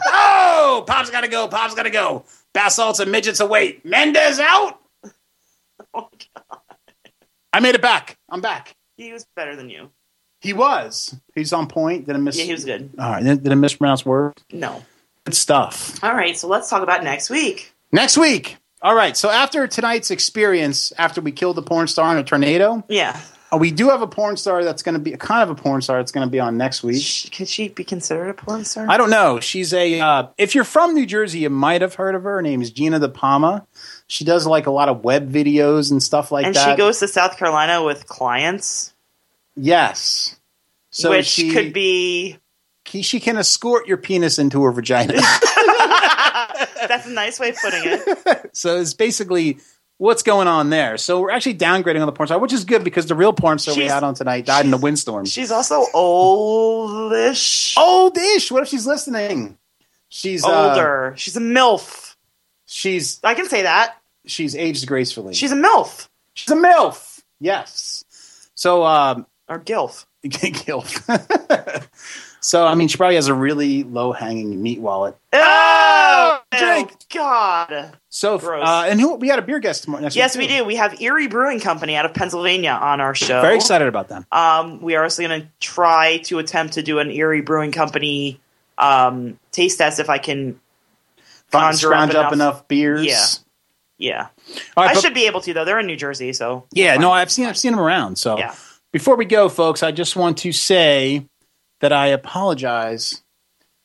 [SPEAKER 11] oh, Pop's gotta go. Pop's gotta go. Basalts and midgets await. Mendez out.
[SPEAKER 6] Oh,
[SPEAKER 11] I made it back. I'm back.
[SPEAKER 6] He was better than you.
[SPEAKER 4] He was. He's on point. Did I miss?
[SPEAKER 6] Yeah, he was good.
[SPEAKER 4] All right. Did, did I mispronounce word?
[SPEAKER 6] No.
[SPEAKER 4] Good stuff.
[SPEAKER 6] All right, so let's talk about next week.
[SPEAKER 4] Next week. All right. So after tonight's experience, after we killed the porn star in a tornado,
[SPEAKER 6] Yeah.
[SPEAKER 4] uh, we do have a porn star that's going to be kind of a porn star that's going to be on next week.
[SPEAKER 6] Sh- Could she be considered a porn star?
[SPEAKER 4] I don't know. She's a. Uh, if you're from New Jersey, you might have heard of her. Her name is Gina De Palma. She does like a lot of web videos and stuff like
[SPEAKER 6] and
[SPEAKER 4] that.
[SPEAKER 6] she goes to South Carolina with clients,
[SPEAKER 4] yes. So
[SPEAKER 6] which
[SPEAKER 4] she
[SPEAKER 6] could be.
[SPEAKER 4] he- she can escort your penis into her vagina.
[SPEAKER 6] That's a nice way of putting it.
[SPEAKER 4] so it's basically what's going on there. So we're actually downgrading on the porn star, which is good because the real porn star we
[SPEAKER 6] She's-
[SPEAKER 4] had on tonight died in a windstorm.
[SPEAKER 6] She's also oldish.
[SPEAKER 4] Oldish. What if she's listening? Oh, She's uh,
[SPEAKER 6] Older. she's a MILF.
[SPEAKER 4] she's
[SPEAKER 6] I can say that.
[SPEAKER 4] she's aged gracefully.
[SPEAKER 6] She's a MILF
[SPEAKER 4] she's a milf. Yes. So um,
[SPEAKER 6] or GILF.
[SPEAKER 4] get killed. so I mean, she probably has a really low hanging meat wallet.
[SPEAKER 6] Oh,
[SPEAKER 4] Jake.
[SPEAKER 6] God.
[SPEAKER 4] So
[SPEAKER 6] Gross.
[SPEAKER 4] uh, and who we had a beer guest tomorrow. Next
[SPEAKER 6] Yes, we
[SPEAKER 4] week, too.
[SPEAKER 6] do. We have Erie Brewing Company out of Pennsylvania on our show.
[SPEAKER 4] Very excited about them.
[SPEAKER 6] Um, we are also going to try to attempt to do an Erie Brewing Company um, taste test if I can.
[SPEAKER 4] Find
[SPEAKER 6] Conjure up
[SPEAKER 4] scrounge up enough,
[SPEAKER 6] enough-
[SPEAKER 4] beers.
[SPEAKER 6] Yeah. Yeah,
[SPEAKER 4] All right,
[SPEAKER 6] I
[SPEAKER 4] but-
[SPEAKER 6] should be able to though. They're in New Jersey, so
[SPEAKER 4] Yeah, no, I've seen I've seen them around. So
[SPEAKER 6] Yeah.
[SPEAKER 4] before we go, folks, I just want to say that I apologize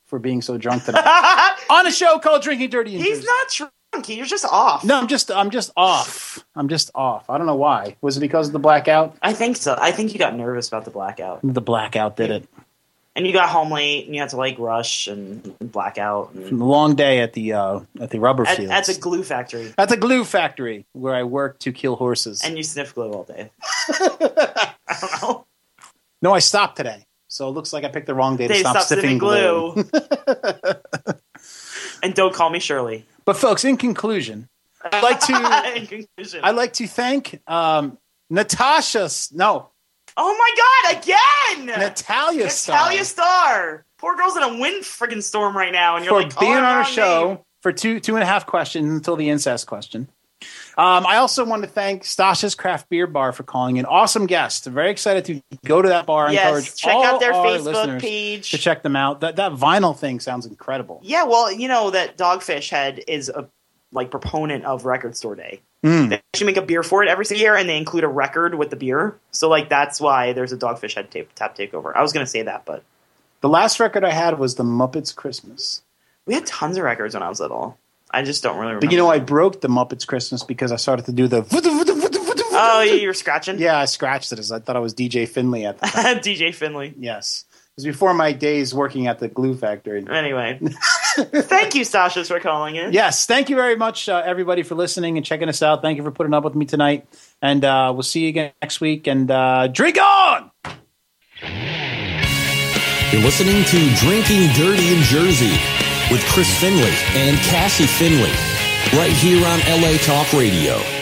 [SPEAKER 4] for being so drunk tonight on a show called Drinking Dirty. and
[SPEAKER 6] he's
[SPEAKER 4] Jersey.
[SPEAKER 6] not drunk. You're just off.
[SPEAKER 4] No, I'm just I'm just off. I'm just off. I don't know why. Was it because of the blackout?
[SPEAKER 6] I think so. I think you got nervous about the blackout,
[SPEAKER 4] The blackout did it.
[SPEAKER 6] and you got home late, and you had to like rush and blackout
[SPEAKER 4] The
[SPEAKER 6] and
[SPEAKER 4] long day at the uh, at the rubber
[SPEAKER 6] at,
[SPEAKER 4] fields.
[SPEAKER 6] at the glue factory,
[SPEAKER 4] at the glue factory where I work to kill horses.
[SPEAKER 6] and you sniff glue all day. I don't know.
[SPEAKER 4] no, I stopped today. So it looks like I picked the wrong day to
[SPEAKER 6] They
[SPEAKER 4] stop,
[SPEAKER 6] stopped
[SPEAKER 4] sniffing,
[SPEAKER 6] sniffing
[SPEAKER 4] glue.
[SPEAKER 6] glue. and don't call me Shirley.
[SPEAKER 4] But folks, in conclusion, I'd like to
[SPEAKER 6] In conclusion.
[SPEAKER 4] I'd like to thank um, Natasha S- no,
[SPEAKER 6] Oh my god, again!
[SPEAKER 4] Natalia, Starr
[SPEAKER 6] Natalia Star. Poor girl's in a wind friggin' storm right now, and you're
[SPEAKER 4] for
[SPEAKER 6] like "Oh,
[SPEAKER 4] being
[SPEAKER 6] calling
[SPEAKER 4] on
[SPEAKER 6] her
[SPEAKER 4] our
[SPEAKER 6] name.
[SPEAKER 4] show for two two and a half questions until the incest question. Um, I also want to thank Stasha's Craft Beer Bar for calling in. Awesome guests. I'm very excited to go to that bar and encourage
[SPEAKER 6] Yes, check
[SPEAKER 4] all
[SPEAKER 6] out their
[SPEAKER 4] our
[SPEAKER 6] Facebook
[SPEAKER 4] listeners
[SPEAKER 6] page.
[SPEAKER 4] to check them out. That that vinyl thing sounds incredible.
[SPEAKER 6] yeah, well, you know that Dogfish Head is a like proponent of Record Store Day.
[SPEAKER 4] Mm.
[SPEAKER 6] They actually make a beer for it every single year, and they include a record with the beer. So like that's why there's a Dogfish Head tape tap takeover. I was gonna say that, but
[SPEAKER 4] The last record I had was The Muppets Christmas.
[SPEAKER 6] we had tons of records when I was little. I just don't really remember.
[SPEAKER 4] But you know, I broke The Muppets Christmas because I started to do the.
[SPEAKER 6] oh, you were scratching.
[SPEAKER 4] Yeah, I scratched it as I thought I was DJ Finley at the.
[SPEAKER 6] DJ Finley.
[SPEAKER 4] Yes. It was before my days working at the glue factory.
[SPEAKER 6] Anyway, thank you, Sasha's, for calling in.
[SPEAKER 4] Yes. Thank you very much, uh, everybody, for listening and checking us out. Thank you for putting up with me tonight. And uh, we'll see you again next week. And uh, drink on!
[SPEAKER 2] You're listening to Drinking Dirty in Jersey with Chris Finley and Cassie Finley right here on LA Talk Radio.